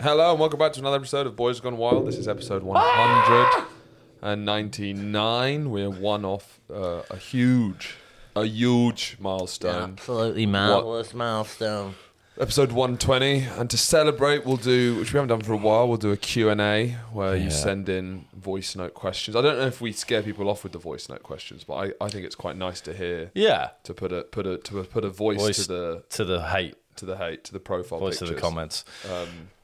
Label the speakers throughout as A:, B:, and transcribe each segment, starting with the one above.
A: Hello and welcome back to another episode of Boys Gone Wild. This is episode 199. We're one off uh, a huge, a huge milestone.
B: Absolutely marvelous milestone.
A: Episode 120. And to celebrate, we'll do, which we haven't done for a while, we'll do a Q&A where you send in voice note questions. I don't know if we scare people off with the voice note questions, but I, I think it's quite nice to hear.
C: Yeah.
A: To put a put a to put a voice,
C: Voice-
A: to the
C: To the hate,
A: to the hate to the profile
C: voice
A: pictures. Um,
C: of the comments.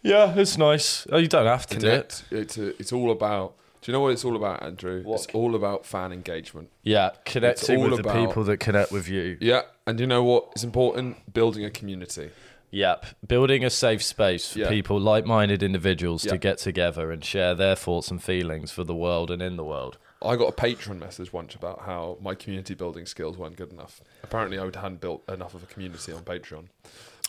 C: yeah, it's nice. Oh, you don't have to do it.
A: Connect. It's a, it's all about. Do you know what it's all about, Andrew? It's all about fan engagement.
C: Yeah, connecting
A: all
C: with the
A: about-
C: people that connect with you.
A: Yeah, and you know what? It's important building a community.
C: Yep. Building a safe space for
A: Yeah.
C: people, like minded individuals,
A: Yeah.
C: to get together and share their thoughts and feelings for the world and in the world.
A: I got a patron message once about how my community building skills weren't good enough. Apparently, I hadn't built enough of a community on Patreon.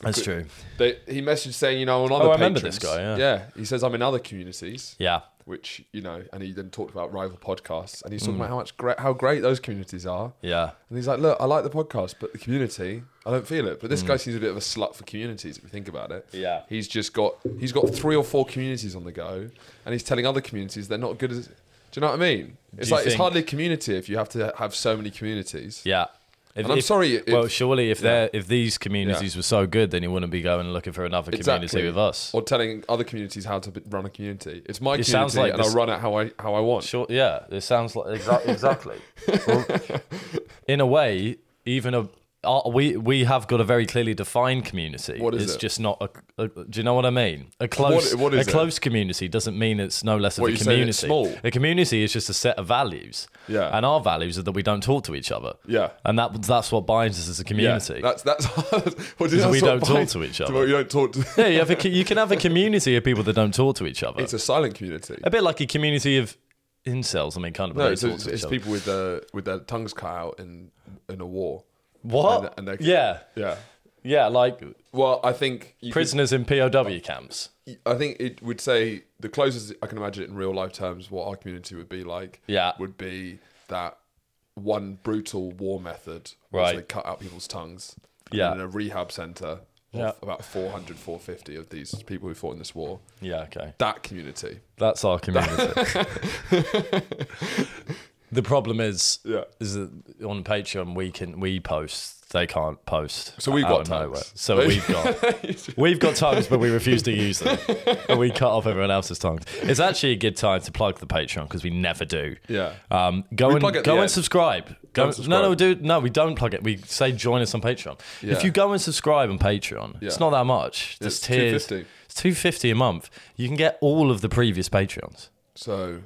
C: That's true.
A: They, he messaged saying, you know, on other
C: Oh, I
A: patrons,
C: remember this guy, yeah.
A: he says I'm in other communities,
C: Yeah.
A: which you know, and he then talked about rival podcasts, and he's
C: Mm.
A: talking about how much great, how great those communities are.
C: Yeah.
A: And he's like, look, I like the podcast, but the community, I don't feel it. But this guy seems a bit of a slut for communities, if you think about it.
C: Hmm. Yeah.
A: He's just got he's got three or four communities on the go, and he's telling other communities they're not good as. Do you know what I mean? It's
C: you
A: like it's
C: think-
A: hardly a community if you have to have so many communities.
C: Yeah. If,
A: And I'm sorry if-
C: well, surely if they're if these communities were so good, then you wouldn't be going looking for another community with us.
A: Or telling other communities how to b- run a community. It's my
C: It
A: community,
C: sounds like
A: and
C: this-
A: I run it how I how I want.
C: Sure. Yeah. It sounds like exa- exactly. Well, in a way, even a uh, we we have got a very clearly defined community.
A: What is
C: it's
A: it?
C: just not a, a- Do you know what I mean? A close
A: what is
C: a
A: it?
C: close community doesn't mean it's no less of
A: What,
C: a
A: you're saying
C: community.
A: it's small?
C: A community is just a set of values.
A: Yeah.
C: And our values are that we don't talk to each other.
A: Yeah.
C: And that that's what binds us as a community.
A: Yeah, that's that's. what is
C: Because
A: that sort
C: we
A: of
C: don't talk
A: mind-
C: to each other.
A: well, You don't talk to.
C: Yeah, you, have a, you can have a community of people that don't talk to each other.
A: It's a silent community.
C: a bit like a community of incels. I mean, kind of. but
A: No,
C: they
A: it's,
C: talk
A: it's,
C: to each
A: it's
C: other.
A: people with their with their tongues cut out in in a war.
C: What?
A: and they- and they-
C: yeah,
A: Yeah.
C: yeah, like
A: Well, I think you could-
C: prisoners in POW camps.
A: I think it would say the closest I can imagine it in real life terms what our community would be like.
C: Yeah.
A: Would be that one brutal war method.
C: Right.
A: They cut out people's tongues. and
C: Yeah.
A: In a rehab center.
C: Yeah.
A: Of about 400, 450 of these people who fought in this war.
C: Yeah, okay,
A: That community.
C: that's our community. the problem is,
A: Yeah.
C: is that on Patreon we can we post, they can't post.
A: So we've
C: out
A: got
C: of
A: tongues.
C: nowhere. So we've got we've got tongues, but we refuse to use them, and we cut off everyone else's tongues. It's actually a good time to plug the Patreon because we never do.
A: Yeah.
C: Um, go
A: We plug
C: and
A: at
C: go
A: the
C: and
A: end.
C: subscribe. Go,
A: and subscribe.
C: no, no, dude, no, we don't plug it. We say join us on Patreon.
A: Yeah.
C: If you go and subscribe on Patreon, it's
A: Yeah.
C: not that much. It's
A: it's
C: tiers.
A: 250.
C: It's two fifty a month. You can get all of the previous Patreons.
A: So.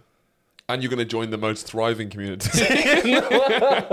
A: And you're going to join the most thriving community.
C: we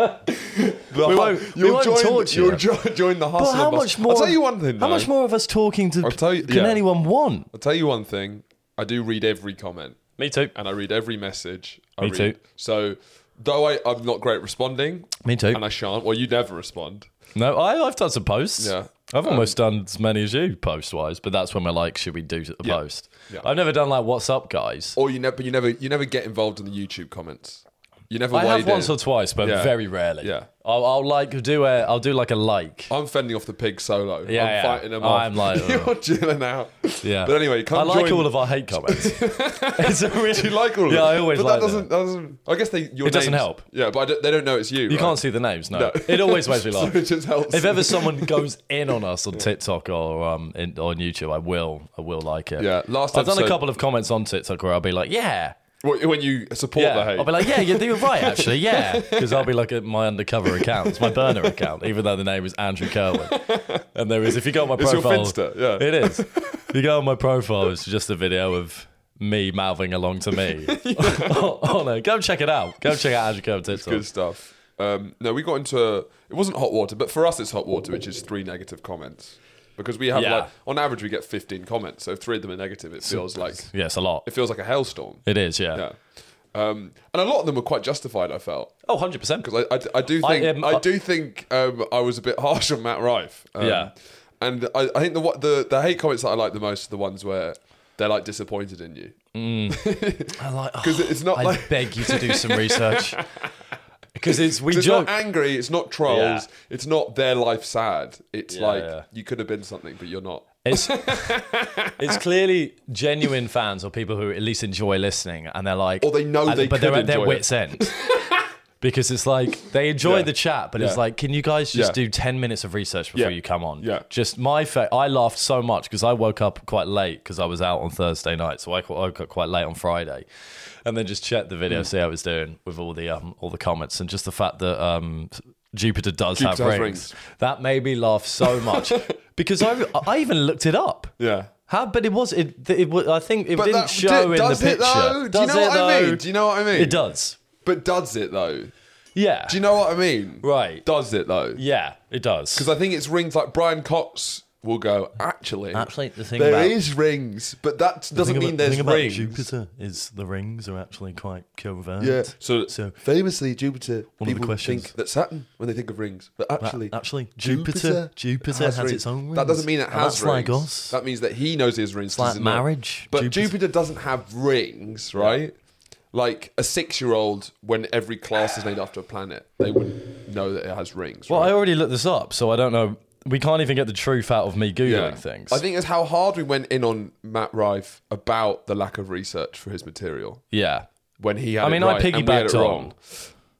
C: won't, we won't
A: join,
C: torture
A: You'll
C: them.
A: jo- join the hustle.
C: But how
A: and
C: much
A: bustle.
C: more?
A: I'll tell you one thing.
C: How
A: though.
C: much more of us talking to
A: tell you-
C: can
A: yeah.
C: anyone want?
A: I'll tell you one thing. I do read every comment
C: Me too.
A: and I read every message. I
C: Me
A: read.
C: too.
A: So, though I, I'm not great at responding,
C: Me too.
A: and I shan't, well, you never respond.
C: No, I, I've done some posts.
A: Yeah. Um,
C: I've almost done as many as you post wise, but that's when we're like, should we do a post?
A: Yeah.
C: I've never done like, what's up, guys?
A: Or you never, but you never, you never get involved in the YouTube comments. You never
C: I
A: wade
C: have
A: in.
C: once or twice, but
A: Yeah.
C: very rarely.
A: Yeah. Oh,
C: I'll, I'll like do a, I'll do like a like.
A: I'm fending off the pig solo.
C: Yeah,
A: I'm
C: yeah.
A: fighting them off.
C: I'm like, uh,
A: you're chilling out.
C: Yeah.
A: But anyway,
C: I
A: come
C: like
A: join-
C: all of our hate comments. it's a really,
A: You like all of
C: yeah,
A: them.
C: I always
A: but
C: like
A: that
C: them.
A: doesn't, that doesn't. I guess they. Your
C: It doesn't
A: names-
C: help.
A: Yeah, but I don't, they don't know it's you.
C: You can't see the names, no. It always makes me laugh.
A: so it just helps.
C: if ever someone goes in on us on TikTok or um in, on YouTube, I will I will like it.
A: Yeah, last
C: I've done a
A: episode-
C: couple of comments on TikTok where I'll be like, yeah.
A: When when you support
C: Yeah.
A: the hate,
C: I'll be like, yeah, you were right, actually, yeah. Because I'll be like at my undercover account, it's my burner account, even though the name is Andrew Kerwin. And there is, if you go on my
A: It's your
C: profile,
A: Finster, yeah.
C: it is. If you go on my profile, it's just a video of me mouthing along to me. oh no, go check it out. Go check out Andrew Kerwin TikTok.
A: good stuff. Um, no, we got into it wasn't hot water, but for us it's hot water, which is three negative comments because we have
C: Yeah.
A: like on average we get fifteen comments, so if three of them are negative. It feels like
C: Yeah, it's a lot.
A: it feels like a hailstorm.
C: It is, yeah.
A: Yeah, um, and a lot of them were quite justified. I felt
C: Oh, 100%.
A: because I, I, I do think I,
C: um, I-
A: do think um, I was a bit harsh on Matt Rife. Um,
C: Yeah.
A: and I, I think the what the the hate comments that I like the most are the ones where they're like disappointed in you.
C: I like oh,
A: 'Cause it's not
C: I
A: like-
C: beg you to do some research because it's we
A: It's
C: joke.
A: not angry. It's not trolls.
C: Yeah.
A: It's not their life sad. It's like
C: yeah.
A: you could have been something, but you're not.
C: It's it's clearly genuine fans or people who at least enjoy listening, and they're like,
A: Or they know
C: and-
A: they
C: but they're
A: could
C: at their
A: enjoy it.
C: wits end. Because it's like they enjoy
A: Yeah.
C: the chat, but it's
A: Yeah.
C: like, can you guys just
A: Yeah.
C: do ten minutes of research before
A: Yeah.
C: you come on?
A: Yeah.
C: Just my fa- I laughed so much because I woke up quite late because I was out on Thursday night, so I qu- woke up quite late on Friday, and then just checked the
A: Mm.
C: video, see how it was doing with all the um, all the comments, and just the fact that um, Jupiter does
A: Jupiter
C: have
A: has
C: rings.
A: rings.
C: That made me laugh so much because I I even looked it up.
A: Yeah.
C: How? But it was it. it was, I think it
A: But
C: didn't
A: that-
C: show
A: d-
C: in
A: does
C: the
A: it
C: picture.
A: though? Do you know what I mean? Do you know what I mean?
C: It does.
A: But does it though?
C: Yeah.
A: Do you know what I mean?
C: Right.
A: Does it though?
C: Yeah, it does.
A: Because I think it's rings like Brian Cox will go, actually.
B: Actually, the thing
A: there
B: about
A: is rings, but that doesn't mean there's rings.
C: is the rings are actually quite curvant.
A: Yeah. So,
C: So-
A: famously, Jupiter.
C: One of the
A: people
C: questions-
A: think that Saturn when they think of rings, but actually,
C: actually, Jupiter- Jupiter has its own
A: That doesn't
C: rings.
A: mean it
C: And
A: has
C: that's
A: rings.
C: like us.
A: That means that he knows his rings.
C: like
A: 'cause he's not.
C: marriage.
A: But Jupiter.
C: Jupiter-
A: doesn't have rings, right? Like a six-year-old, when every class is named after a planet, they wouldn't know that it has rings.
C: well,
A: right?
C: I already looked this up, so I don't know. We can't even get the truth out of me googling things.
A: I think it's how hard we went in on Matt Rife about the lack of research for his material
C: yeah.
A: when he had.
C: I mean,
A: it
C: I
A: right and we had
C: piggybacked
A: it
C: on.
A: wrong,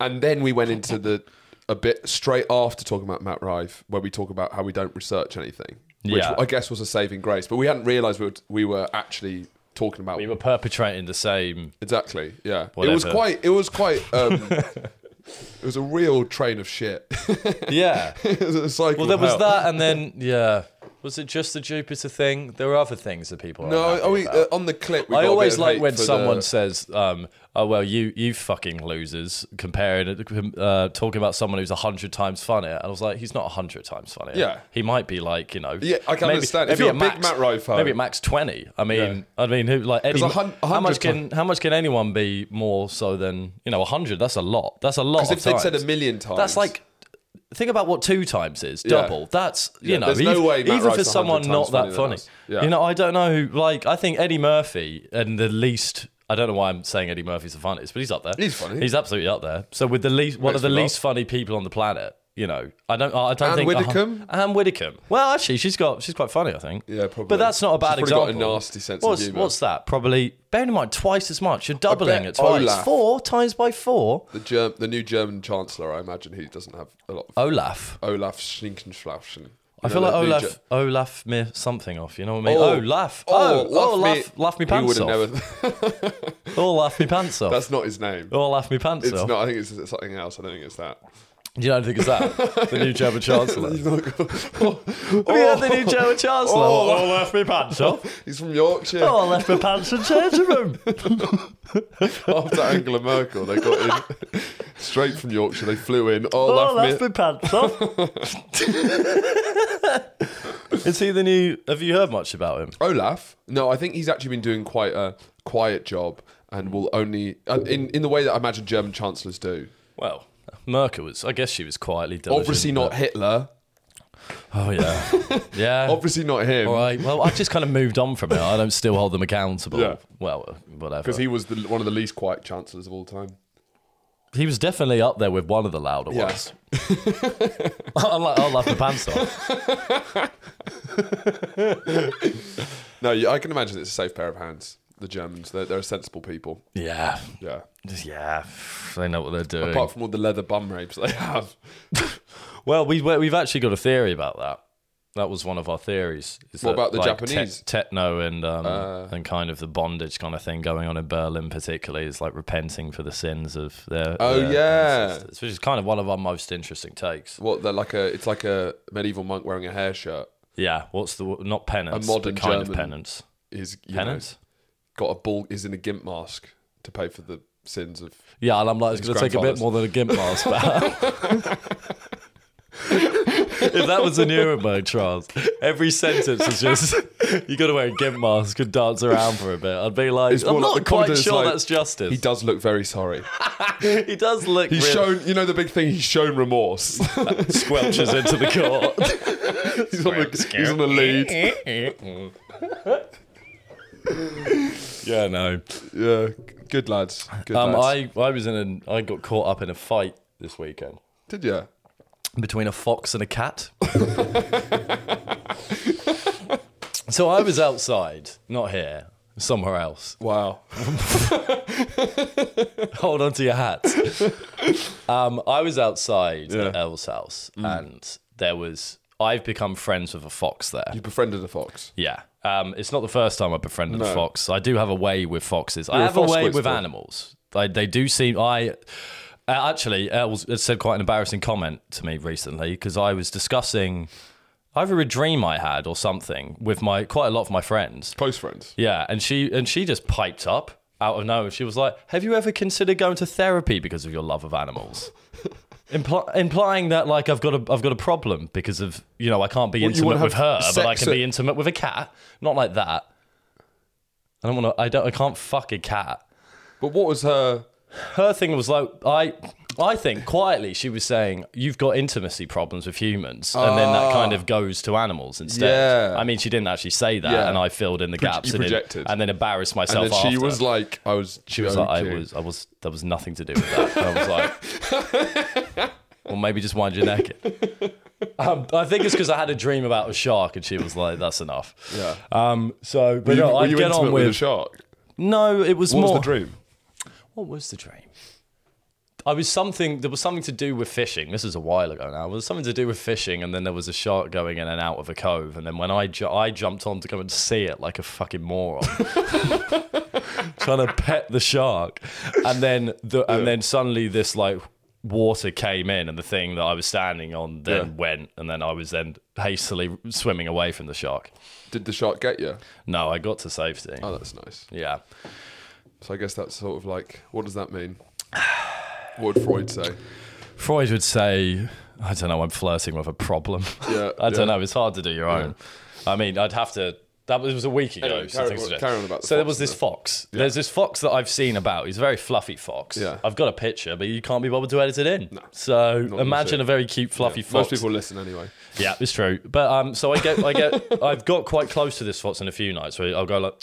A: and then we went into the a bit straight after talking about Matt Rife, where we talk about how we don't research anything, which
C: Yeah.
A: I guess was a saving grace. But we hadn't realised we were, we were actually talking about
C: We were perpetrating the same.
A: exactly. Yeah, it was
C: Whatever.
A: quite. It was quite. Um, it was a real train of shit.
C: Yeah.
A: it was a cycle
C: Well, there
A: of
C: was
A: hell.
C: that, and then yeah, was it just the Jupiter thing? There were other things that people. are
A: No,
C: unhappy
A: are we,
C: about.
A: uh, on the clip. we
C: I
A: got a bit
C: always
A: of
C: like
A: hate
C: when
A: for the-
C: someone says, um, "Oh well, you you fucking losers," comparing it- uh, talking about someone who's a hundred times funnier. And I was like, he's not a hundred times funnier.
A: Yeah.
C: he might be like you know.
A: Yeah, I can understand. If you're
C: at
A: a big Matt Rife fan.
C: maybe at max twenty. I mean, I mean, who like any,
A: a hun- a
C: how much
A: hundred
C: can how much can anyone be more so than you know a hundred? That's a lot. That's a lot.
A: Because
C: of
A: if they'd
C: times.
A: said a million times,
C: That's like think about what two times is
A: Yeah.
C: double. That's you
A: Yeah,
C: know
A: there's no
C: even,
A: way Matt
C: even
A: Rife's
C: for
A: 100
C: someone
A: times
C: not
A: funnier
C: that
A: than
C: funny.
A: us. Yeah.
C: You know I don't know who like I think Eddie Murphy and the least. I don't know why I'm saying Eddie Murphy's the funniest, but he's up there.
A: He's funny.
C: He's absolutely up there. So with the least, one
A: Makes
C: of the
A: me laugh.
C: least funny people on the planet. You know, I don't. I don't
A: Anne
C: think.
A: Widdecombe?
C: Uh, Anne Widdicombe. Well, actually, she's got. She's quite funny, I think.
A: Yeah, probably.
C: But that's not a bad
A: She's probably got a
C: example.
A: nasty sense of
C: what's,
A: humour.
C: What's that? Probably. Bearing in mind, twice as much. You're doubling
A: bet
C: it twice.
A: Olaf-
C: Four times by four.
A: the Germ- the new German chancellor. I imagine he doesn't have a lot. of...
C: Olaf.
A: Olaf Schinkenflauschen.
C: I feel like Olaf, Olaf me something off. You know what I mean? Oh, laugh. Oh, oh, laugh, laugh me pants
A: he
C: off.
A: would've Never,
C: Oh, laugh me pants off.
A: that's not his name.
C: Oh, laugh me pants
A: It's
C: off.
A: not. I think it's something else. I don't think it's that.
C: You don't think it's that? the new German Chancellor.
A: He's, not
C: Oh, yeah, the new German Chancellor.
A: Oh.
C: laugh me pants off.
A: he's from Yorkshire.
C: Oh, laugh me pants and change room.
A: After Angela Merkel, they got in straight from Yorkshire. They flew in.
C: Oh,
A: Oh, laugh
C: laugh me
A: me.
C: pants off. Is he the new? Have you heard much about him?
A: Olaf. No, I think he's actually been doing quite a quiet job, and will only uh, in in the way that I imagine German chancellors do.
C: Well, Merkel was. I guess she was quietly diligent.
A: Obviously not Hitler.
C: Oh yeah, yeah.
A: Obviously not him.
C: All right. Well, I've just kind of moved on from it. I don't still hold them accountable.
A: Yeah.
C: Well, whatever.
A: Because he was the, one of the least quiet chancellors of all time.
C: He was definitely up there with one of the louder
A: Yeah.
C: ones. I'm like, I'll laugh my pants off.
A: No, yeah, I can imagine it's a safe pair of hands. The Germans, they're, they're a sensible people.
C: Yeah.
A: Yeah.
C: Yeah. They know what they're doing.
A: Apart from all the leather bum rapes they have.
C: well, we, we- we've actually got a theory about that. That was one of our theories. is
A: What
C: that,
A: about the
C: like,
A: Japanese? Uh.
C: te- techno and um, and kind of the bondage kind of thing going on in Berlin, particularly, is like repenting for the sins of their
A: Oh,
C: their
A: yeah.
C: ancestors, which is kind of one of our most interesting takes.
A: What they're like a, it's like a medieval monk wearing a hair shirt.
C: Yeah, what's the not penance,
A: modern
C: but kind of
A: German
C: penance?
A: Is you know,
C: Penance.
A: got a ball? Is in a gimp mask to pay for the sins of.
C: Yeah, and I'm like, it's going to take a bit
A: grandfather's.
C: more than a gimp mask. but- if that was a Nuremberg trials, every sentence is just you got to wear a gimp mask and dance around for a bit. I'd be like,
A: It's more
C: I'm
A: like
C: not
A: the
C: quite
A: confidence,
C: sure
A: like,
C: that's justice.
A: He
C: He,
A: does look very sorry.
C: does look.
A: He's
C: really-
A: shown, you know, the big thing. He's shown remorse.
C: squelches into the court.
A: he's, on the, he's on the lead.
C: yeah, no.
A: Yeah, good lads. Good
C: Um,
A: lads.
C: I I was in an I got caught up in a fight this weekend
A: Did you?
C: between a fox and a cat. So I was outside, not here, somewhere else.
A: Wow.
C: Hold on to your hat. um, I was outside at
A: Yeah. Mm.
C: Elle's house, and there was. I've become friends with a fox there.
A: You befriended a fox.
C: Yeah. Um, it's not the first time I befriended
A: No.
C: a fox. I do have a way with foxes. I
A: You're a
C: have a,
A: fox
C: way
A: whisperer.
C: with animals. I, they do seem. I uh, actually uh, was, it said quite an embarrassing comment to me recently because I was discussing either a dream I had or something with my quite a lot of my friends.
A: Close friends.
C: Yeah, and she and she just piped up out of nowhere. She was like, "Have you ever considered going to therapy because of your love of animals?" Impl- implying that like I've got a I've got a problem because of you know I can't be
A: Well, you
C: intimate
A: wanna
C: with her,
A: have
C: but I
A: sex
C: can be
A: at-
C: intimate with a cat. Not like that. I don't want to. I don't. I can't fuck a cat.
A: But what was her?
C: Her thing was like I. I think quietly she was saying you've got intimacy problems with humans, and then that kind of goes to animals instead.
A: Ah. Yeah.
C: I mean, she didn't actually say that,
A: Yeah.
C: and I filled in the gaps
A: you
C: and, then,
A: projected.
C: and then embarrassed myself.
A: And then she
C: after.
A: was like, I was.
C: She was like, I was, I was, there was nothing to do with that. And I was like, well, maybe just wind your neck. in." Um, I think it's because I had a dream about a shark, and she was like, that's enough.
A: Yeah.
C: Um. So, but
A: You,
C: no,
A: were
C: I
A: you
C: get
A: intimate
C: on
A: with a
C: with.
A: shark?
C: no, it was
A: What
C: more.
A: was the dream?
C: What was the dream? I was something. There was something to do with fishing. This is a while ago now. There was something to do with fishing, and then there was a shark going in and out of a cove. And then when I ju- I jumped on to come and see it like a fucking moron, trying to pet the shark, and then the and then suddenly this like water came in, and the thing that I was standing on then
A: Yeah.
C: went, and then I was then hastily swimming away from the shark.
A: Did the shark get you?
C: No, I got to safety.
A: Oh, that's nice.
C: Yeah.
A: So I guess that's sort of like, what does that mean? What would Freud say?
C: Freud would say, I don't know, I'm flirting with a problem.
A: Yeah,
C: I don't
A: yeah.
C: know, it's hard to do your own. I mean, I'd have to. That was, it was a week ago.
A: Anyway,
C: so
A: carry
C: things
A: on-
C: have changed.
A: carry on about the
C: so there
A: fox
C: was this
A: then.
C: fox. There's this fox that I've seen about. He's a very fluffy fox.
A: Yeah.
C: I've got a picture, but you can't be bothered to edit it in. So
A: gonna
C: imagine
A: see.
C: a very cute, fluffy
A: Most
C: fox.
A: people listen anyway.
C: Yeah, it's true. But um, so I get, I get, I've got quite close to this fox in a few nights. Where I'll go like,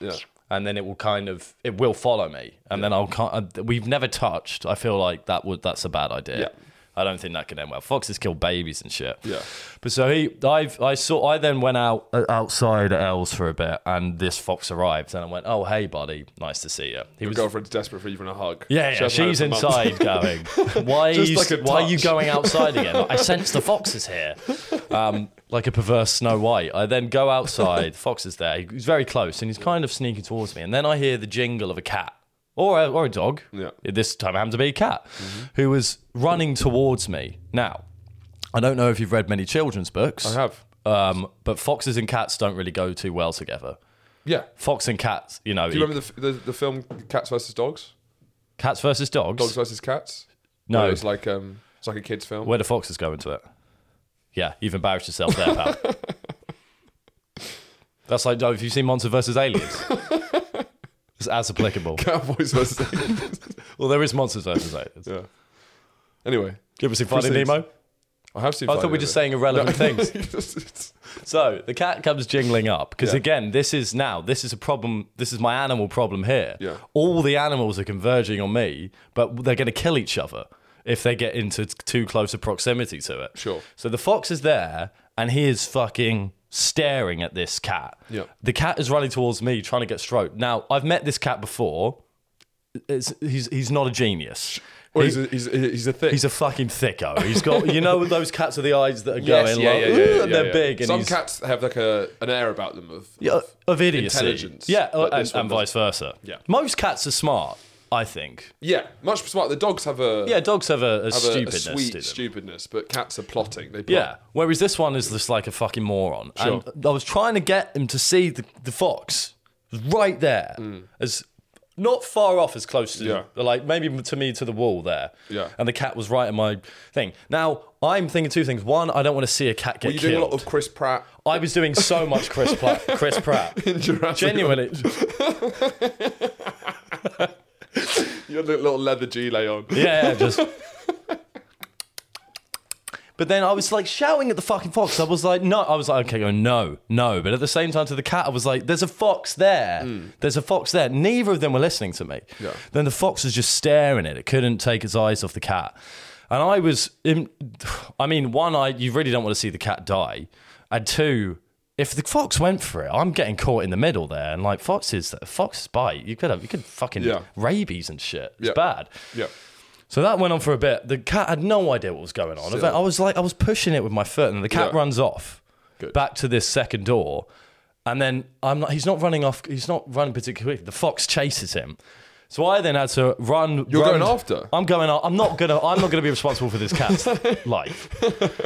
A: Yeah.
C: and then it will kind of it will follow me and then i'll can't, uh, we've never touched i feel like that would that's a bad idea
A: Yeah.
C: i don't think that could end well foxes kill babies and shit
A: Yeah.
C: but so he i've i saw i then went out uh, outside at elle's for a bit and this fox arrived and i went oh hey buddy nice to see you he
A: Your girlfriend's desperate for even a hug.
C: yeah,
A: She
C: yeah,
A: hasn't had it
C: she's
A: for months.
C: inside going. Why are
A: Just
C: you?
A: like a
C: why are you
A: touch.
C: going outside again? Like, I sense the fox is here, um, like a perverse Snow White. I then go outside. The fox is there. He's very close, and he's kind of sneaking towards me. And then I hear the jingle of a cat or a, or a dog.
A: Yeah. Mm-hmm.
C: This time it happened to be a cat who was running towards me. Now, I don't know if you've read many children's books.
A: I have.
C: Um, but foxes and cats don't really go too well together.
A: Yeah.
C: Fox and cats, you know,
A: Do you remember the, f- the, the film Cats versus Dogs?
C: cats versus dogs.
A: Dogs versus Cats?
C: No.
A: Where It's like um, it's like a kids film.
C: Where the foxes go into it. Yeah, you've embarrassed yourself there, pal. That's like, have you seen Monster versus Aliens? it's as applicable.
A: Cowboys versus.
C: Well, there is Monsters versus Aliens.
A: yeah. Anyway,
C: Give us a Finding
A: Proceed.
C: Nemo.
A: I have seen.
C: I thought we were just saying irrelevant things.
A: things.
C: So the cat comes jingling up because
A: Yeah.
C: again, this is now this is a problem. This is my animal problem here.
A: Yeah.
C: All the animals are converging on me, but they're going to kill each other if they get into t- too close a proximity to it.
A: Sure.
C: So the fox is there, and he is fucking staring at this cat.
A: Yeah.
C: The cat is running towards me, trying to get stroked. Now I've met this cat before. It's, he's he's not a genius.
A: Well,
C: He-
A: he's, a, he's, a, he's a thing.
C: He's a fucking thicko. He's got you know those cats with the eyes that are
A: yes,
C: going
A: yeah,
C: like
A: yeah, yeah, yeah, yeah,
C: and they're
A: yeah.
C: big. And
A: Some
C: he's,
A: cats have like a an air about them of.
C: yeah, of idiocy.
A: intelligence,
C: Yeah, uh,
A: but
C: and,
A: this one
C: and vice versa.
A: Yeah.
C: Most cats are smart, I think.
A: yeah, much smarter. The dogs have a
C: Yeah, dogs have a,
A: have
C: a
A: a- a
C: stupidness to them.
A: sweet stupidness, but cats are plotting. They plot.
C: yeah. Whereas this one is just like a fucking moron.
A: Sure.
C: And I was trying to get him to see the, the fox It was right there. As not far off as close to
A: Hmm. Yeah.
C: like maybe to me to the wall there.
A: Yeah.
C: And the cat was right in my thing. Now I'm thinking two things. One, I don't want to see a cat get
A: You're
C: killed.
A: doing a lot of Chris Pratt.
C: I was doing so much Chris Pratt. Chris Pratt.
A: in Jurassic
C: Genuinely.
A: You had a little leather gilet on.
C: Yeah, yeah, just. But then I was like shouting at the fucking fox. I was like, no. I was like, okay, go no, no. But at the same time, to the cat, I was like, there's a fox there. There's a fox there. Neither of them were listening to me.
A: Mm. Yeah.
C: Then the fox was just staring at it. Couldn't take its eyes off the cat. And I was, in, I mean, one, I you really don't want to see the cat die, and two, if the fox went for it, I'm getting caught in the middle there, and like foxes, foxes bite. You could have, you could fucking
A: Yeah.
C: rabies and shit. It's
A: Yeah.
C: bad.
A: Yeah.
C: So that went on for a bit. The cat had no idea what was going on.
A: Still.
C: I was like, I was pushing it with my foot, and the cat
A: Yeah.
C: runs off
A: Good.
C: back to this second door. And then I'm like, he's not running off. He's not running particularly quick. The fox chases him. So I then had to run.
A: You're
C: run-
A: going after?
C: I'm going. a- I'm not gonna. I'm not gonna be responsible for this cat's life.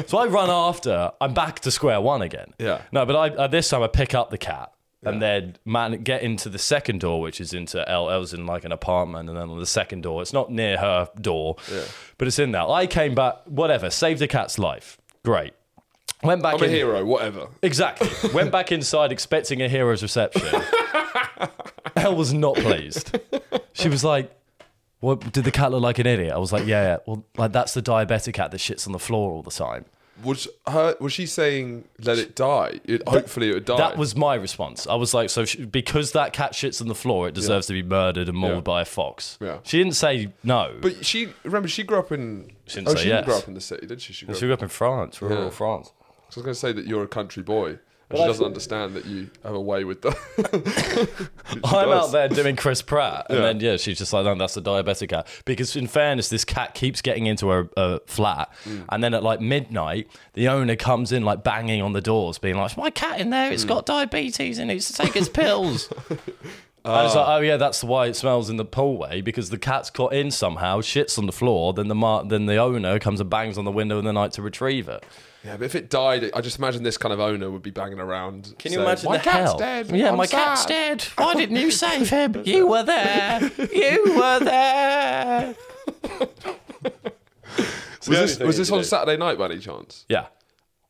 C: So I run after. I'm back to square one again.
A: Yeah.
C: No, but I uh, this time I pick up the cat and then man get into the second door, which is into L. L's in like an apartment, and then on the second door, it's not near her door, but it's in there. I came back, whatever, saved the cat's life. Great. Went back
A: I'm a
C: in.
A: hero, whatever.
C: Exactly. Went back inside expecting a hero's reception. Elle was not pleased. She was like, "What did the cat look like an idiot?" I was like, "Yeah, yeah. well, like that's the diabetic cat that shits on the floor all the time."
A: Was her? Was she saying let it die? It, hopefully it would die.
C: That was my response. I was like, "So she, because that cat shits on the floor, it deserves to be murdered and mauled
A: Yeah.
C: by a fox."
A: Yeah.
C: She didn't say no. But
A: But she remember she grew up in.
C: She didn't
A: oh,
C: say
A: she didn't
C: yes.
A: grow up in the city, did she? She, grew
C: she
A: up,
C: grew up in France, rural France.
A: so I was going to say that you're a country boy, and she doesn't understand that you have a way with the. She
C: I'm
A: does.
C: out there doing Chris Pratt, and then yeah, she's just like, "No, that's the diabetic cat." Because in fairness, this cat keeps getting into her uh, flat, and then at like midnight, the owner comes in like banging on the doors, being like, "It's "My cat in there, it's got diabetes and it needs to take its pills." And it's like, oh yeah, that's why it smells in the hallway because the cat's caught in somehow, shits on the floor, then the mar- then the owner comes and bangs on the window in the night to retrieve it.
A: Yeah, but if it died, I just imagine this kind of owner would be banging around.
C: Can you
A: saying,
C: imagine
A: my
C: the
A: cat's
C: hell?
A: dead.
C: Yeah,
A: I'm
C: my
A: sad.
C: cat's dead. Why didn't you save him? You were there. You were there.
A: Was this, was this on Saturday night by any chance?
C: Yeah.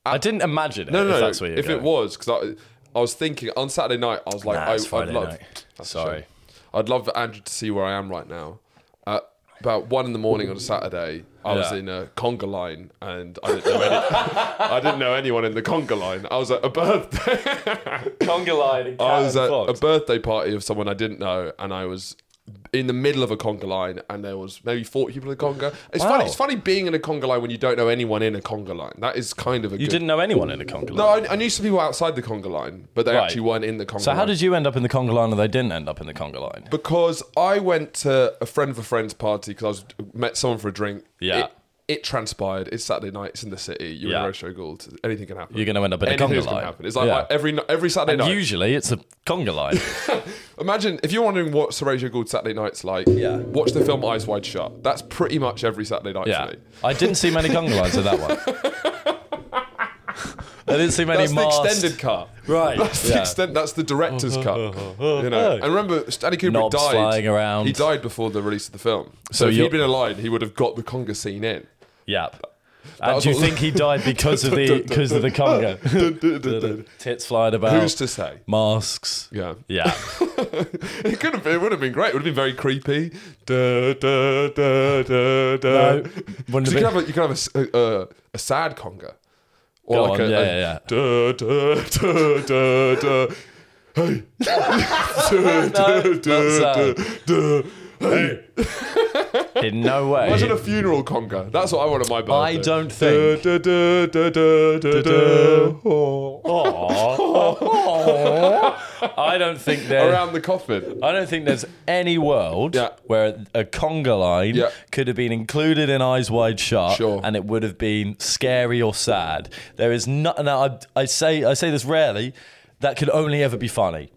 C: I didn't imagine it.
A: No, no,
C: if
A: no.
C: that's where you're
A: if it
C: going.
A: was, because I, I was thinking on Saturday night, I was like,
C: Nah,
A: I,
C: it's
A: I'd
C: Friday
A: love.
C: night.
A: That's a
C: Sorry.
A: shame. I'd love for Andrew to see where I am right now. Uh, about one in the morning on a Saturday, I was
C: Yeah.
A: in a conga line, and I didn't know any, I didn't know anyone in the conga line. I was at a birthday.
C: conga line and cat
A: I was
C: and
A: at
C: fox.
A: a birthday party of someone I didn't know, and I was in the middle of a conga line, and there was maybe forty people in the conga. It's
C: Wow.
A: funny. It's funny being in a conga line when you don't know anyone in a conga line. That is kind of a
C: You
A: good.
C: didn't know anyone in the conga line.
A: No, I, I knew some people outside the conga line, but they
C: Right.
A: actually weren't in the conga.
C: so how
A: line.
C: did you end up in the conga line and they didn't end up in the conga line?
A: Because I went to a friend of a friend's party because I was met someone for a drink.
C: Yeah.
A: It, it transpired. It's Saturday night. It's in the city. You're
C: Yeah.
A: in Rochelle Gould. Anything can happen.
C: You're gonna end up in a
A: Anything
C: conga
A: is gonna
C: line.
A: Happen. It's like
C: Yeah.
A: like, every ni- every Saturday night.
C: Usually it's a conga line.
A: Imagine if you're wondering what Sergio Gould Saturday night's like.
C: Yeah.
A: Watch the film Eyes Wide Shut. That's pretty much every Saturday night
C: yeah.
A: for me.
C: I didn't see many conga lines in that one. I didn't see many
A: That's the
C: masked-
A: extended cut.
C: Right,
A: That's the
C: yeah.
A: extent. That's the director's cut. You know. And remember, Stanley Kubrick
C: Knobs
A: died.
C: flying around.
A: He died before the release of the film. So,
C: So
A: if
C: you're-
A: he'd been alive, he would have got the conga scene in.
C: Yep. And
A: was
C: do you
A: all-
C: think he died because of the because of the conga? Tits flying about.
A: Who's to say?
C: Masks.
A: Yeah.
C: Yeah.
A: It could have. Been, it would have been great. It would have been very creepy. Da, da, da, da, da.
C: No, wouldn't
A: 'Cause you can
C: have
A: have a, Uh, you can have a, s- a- a- a sad conga, or
C: Go
A: like
C: on,
A: a,
C: yeah,
A: a
C: yeah,
A: Da, da, da, da, da.
C: That's, uh, In no way.
A: Imagine a funeral conga. That's what I want at my birthday.
C: I don't think.
A: Da, da, da, da, da, da.
C: I don't think there.
A: Around the coffin.
C: I don't think there's any world
A: Yeah.
C: where a conga line
A: Yeah.
C: could have been included in Eyes Wide Shut,
A: Sure.
C: and it would have been scary or sad. There is not. Now I, I say I say this rarely. That could only ever be funny.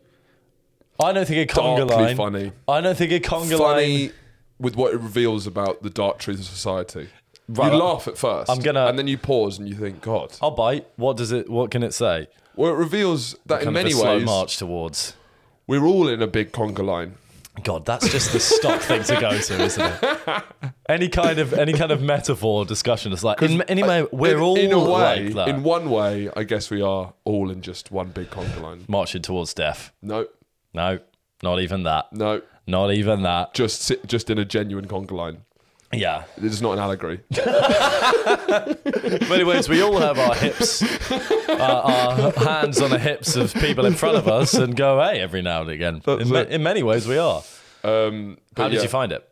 C: I don't think a conga
A: Darkly
C: line.
A: funny.
C: I don't think a conga
A: Funny
C: line.
A: with what it reveals about the dark truth of society.
C: Right.
A: You laugh at first.
C: I'm gonna-
A: And then you pause and you think, God.
C: I'll bite. What does it? What can it say?
A: Well, it reveals that in
C: Kind
A: many
C: of a slow
A: ways,
C: march towards.
A: we're all in a big conga line.
C: God, that's just the stock thing to go to, isn't it? Any kind of any kind of metaphor discussion is like in any way we're
A: Uh, in, in
C: all
A: a way,
C: like that.
A: in one way, I guess we are all in just one big conga line.
C: marching towards death.
A: No,
C: No, not even that.
A: no,
C: Not even that.
A: just si- just in a genuine conga line.
C: Yeah.
A: It is not an allegory.
C: But anyways, we all have our hips, uh, our hands on the hips of people in front of us, and go hey every now and again. In, ma-
A: it.
C: in many ways, we are.
A: Um, but
C: How did
A: yeah,
C: you find it?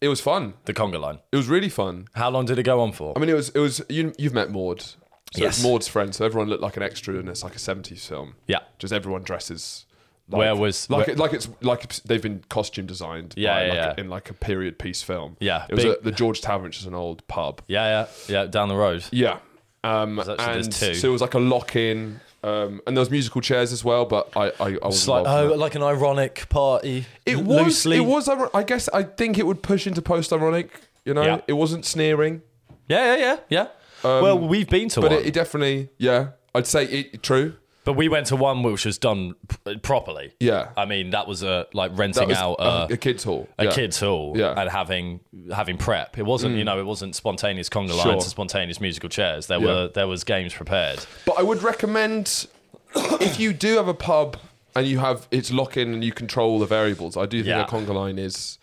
A: It was fun.
C: The conga line.
A: It was really fun.
C: How long did it go on for?
A: I mean, it was it was you. You've met Maud. So it's
C: Yes.
A: Maud's friend. So everyone looked like an extra, and it's like a '70s film.
C: Yeah.
A: just everyone dresses. Like,
C: Where was-
A: like
C: where-
A: like it's like it's- they've been costume designed
C: Yeah,
A: by,
C: yeah,
A: like,
C: yeah.
A: A, in like a period piece film
C: Yeah,
A: it was
C: big-
A: at the George Tavern which is an old pub
C: Yeah, yeah, yeah. Down the road.
A: yeah um
C: So actually there's
A: and
C: two.
A: so it was like a lock in um and there was musical chairs as well but I I, I was
C: It's like oh, like an ironic party.
A: it
C: l-
A: was
C: loosely.
A: it was iron- I guess I think it would push into post ironic you know
C: Yeah.
A: it wasn't sneering
C: Yeah, yeah, yeah, yeah. well, we've been to
A: Um, but
C: one,
A: it, it definitely yeah I'd say it true
C: but we went to one which was done p- properly.
A: Yeah.
C: I mean that was a like
A: that
C: renting
A: was
C: out
A: a,
C: a,
A: a kids hall
C: a
A: yeah.
C: kids hall
A: Yeah. Mm.
C: and having having prep. It wasn't you know it wasn't spontaneous conga lines
A: Sure.
C: and spontaneous musical chairs. There were there was games prepared.
A: But I would recommend if you do have a pub and you have it's lock in and you control the variables. I do think
C: Yeah.
A: a conga line is.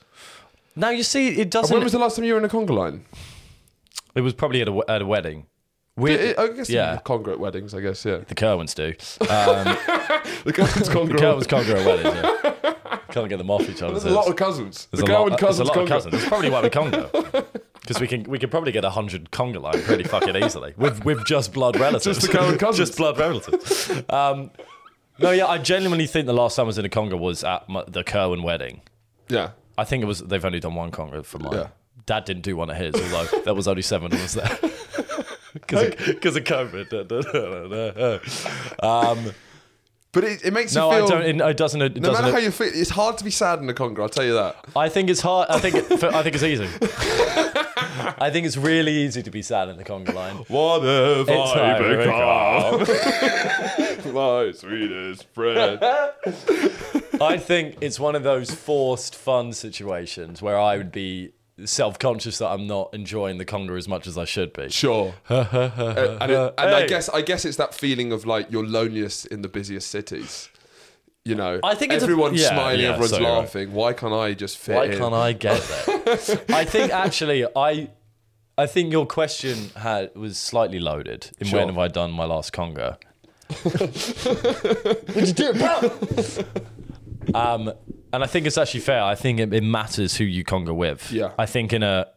C: Now you see it doesn't.
A: When was the last time you were in a conga line?
C: it was probably at a, we- at a wedding.
A: I I guess
C: yeah.
A: yeah, conga at weddings. I guess yeah.
C: The Kerwins do.
A: The cousin's conga.
C: The Kerwins conga at weddings. Yeah. Can't get them off each other.
A: There's a lot of cousins.
C: There's
A: the
C: a lot,
A: Gerwin
C: there's a
A: cousins.
C: lot of
A: conga.
C: cousins. That's probably why we conga. Because we can we could probably get a hundred conga line pretty fucking easily with with just blood relatives.
A: Just the Cohen cousins.
C: just blood relatives. Um, no, yeah, I genuinely think the last time I was in a conga was at my, the Kerwin wedding.
A: Yeah.
C: I think it was they've only done one conga for mine.
A: Yeah.
C: Dad didn't do one of his, although there was only seven of us there. Because of COVID. um,
A: But it, it makes
C: no,
A: you
C: I
A: feel.
C: don't. It, it doesn't. It
A: no
C: doesn't
A: matter how you feel, it's hard to be sad in a conga. I'll tell you that.
C: I think it's hard. I think it, I think it's easy. I think it's really easy to be sad in the conga line.
A: What if
C: It's hard to
A: become my sweetest friend?
C: I think it's one of those forced fun situations where I would be self-conscious that I'm not enjoying the conga as much as I should be.
A: Sure. Uh, and it- and I
C: Hey.
A: guess I guess it's that feeling of like you're loneliest in the busiest cities. You know,
C: I think it's a-
A: everyone's
C: yeah,
A: smiling,
C: yeah,
A: everyone's
C: so you're right.
A: laughing. Why can't I just fit
C: Why
A: in?
C: can't I get there? I think actually, I, I think your question had was slightly loaded. In
A: Sure.
C: when have I done my last conga? What'd you do, bro? um, and I think it's actually fair. I think it, it matters who you conga with.
A: Yeah.
C: I think in a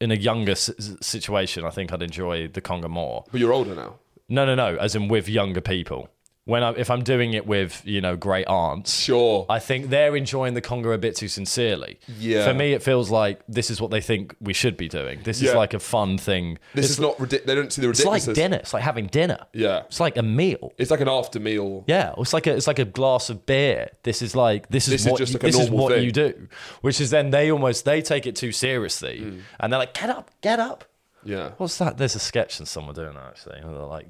C: in a younger s- s- situation, I think I'd enjoy the conga more.
A: But you're older now.
C: No, no, no. As in with younger people. When I, if I'm doing it with you know great aunts,
A: Sure.
C: I think they're enjoying the conga a bit too sincerely.
A: Yeah.
C: For me, it feels like this is what they think we should be doing. This
A: Yeah.
C: is like a fun thing.
A: this is not ridiculous. They don't see the
C: It's like
A: ridiculousness.
C: dinner. It's like having dinner.
A: Yeah.
C: It's like a meal.
A: It's like an after meal.
C: Yeah, it's like a it's like a glass of beer. This is like this is
A: This is
C: what
A: just
C: you,
A: like a
C: this is
A: normal
C: what
A: thing.
C: you do, which is then they almost they take it too seriously,
A: Mm.
C: and they're like, get up, get up.
A: Yeah. What,
C: What's that? There's a sketch and someone doing that actually. And they're like,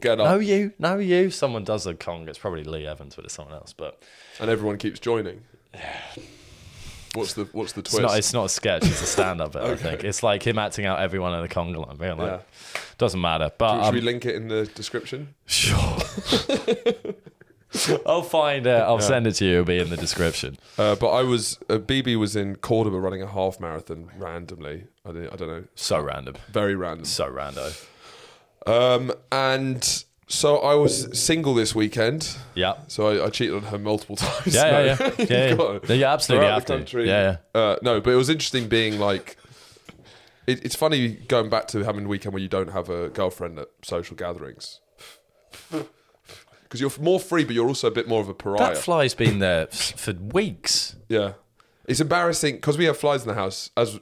A: get
C: no
A: up?
C: you, no you. Someone does a conga. It's probably Lee Evans, but it's someone else. But
A: And everyone keeps joining. What's the What's the twist?
C: It's not, it's not a sketch. It's a stand-up bit. I think it's like him acting out everyone in the conga line. Being like, doesn't matter. But
A: Should we
C: um,
A: link it in the description?
C: sure. I'll find it. I'll send it to you. It'll be in the description.
A: Uh, but I was uh, BB was in Cordoba running a half marathon randomly. I, don't- I don't know.
C: So random.
A: Very random.
C: So rando.
A: Um, and so I was single this weekend.
C: Yeah.
A: So I, I cheated on her multiple times. No.
C: Yeah, yeah, yeah,
A: You
C: yeah, yeah.
A: got-
C: yeah. You absolutely
A: throughout
C: have
A: the
C: to.
A: country.
C: Yeah,
A: Uh, no, but it was interesting being like. It, it's funny going back to having a weekend where you don't have a girlfriend at social gatherings. Because you're more free, but you're also a bit more of a
C: yeah.
A: pariah.
C: That fly's been there f- for weeks.
A: yeah, it's embarrassing because we have flies in the house. As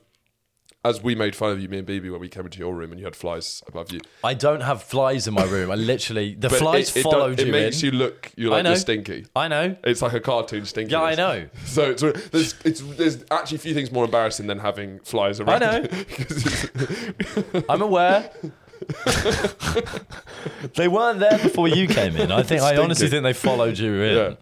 A: as we made fun of you, me and BB, when we came into your room and you had flies above you.
C: I don't have flies in my room. I literally the
A: But
C: flies
A: it, it, don't-
C: followed
A: it
C: you
A: makes
C: in.
A: you look. You're
C: I
A: like you're
C: know.
A: stinky.
C: I know.
A: It's like a cartoon stinky.
C: Yeah, I know.
A: So it's, there's, it's, there's actually a few things more embarrassing than having flies around.
C: know.
A: 'Cause it's-
C: I'm aware. they weren't there before you came in. I think I honestly think they followed you in.
A: yeah.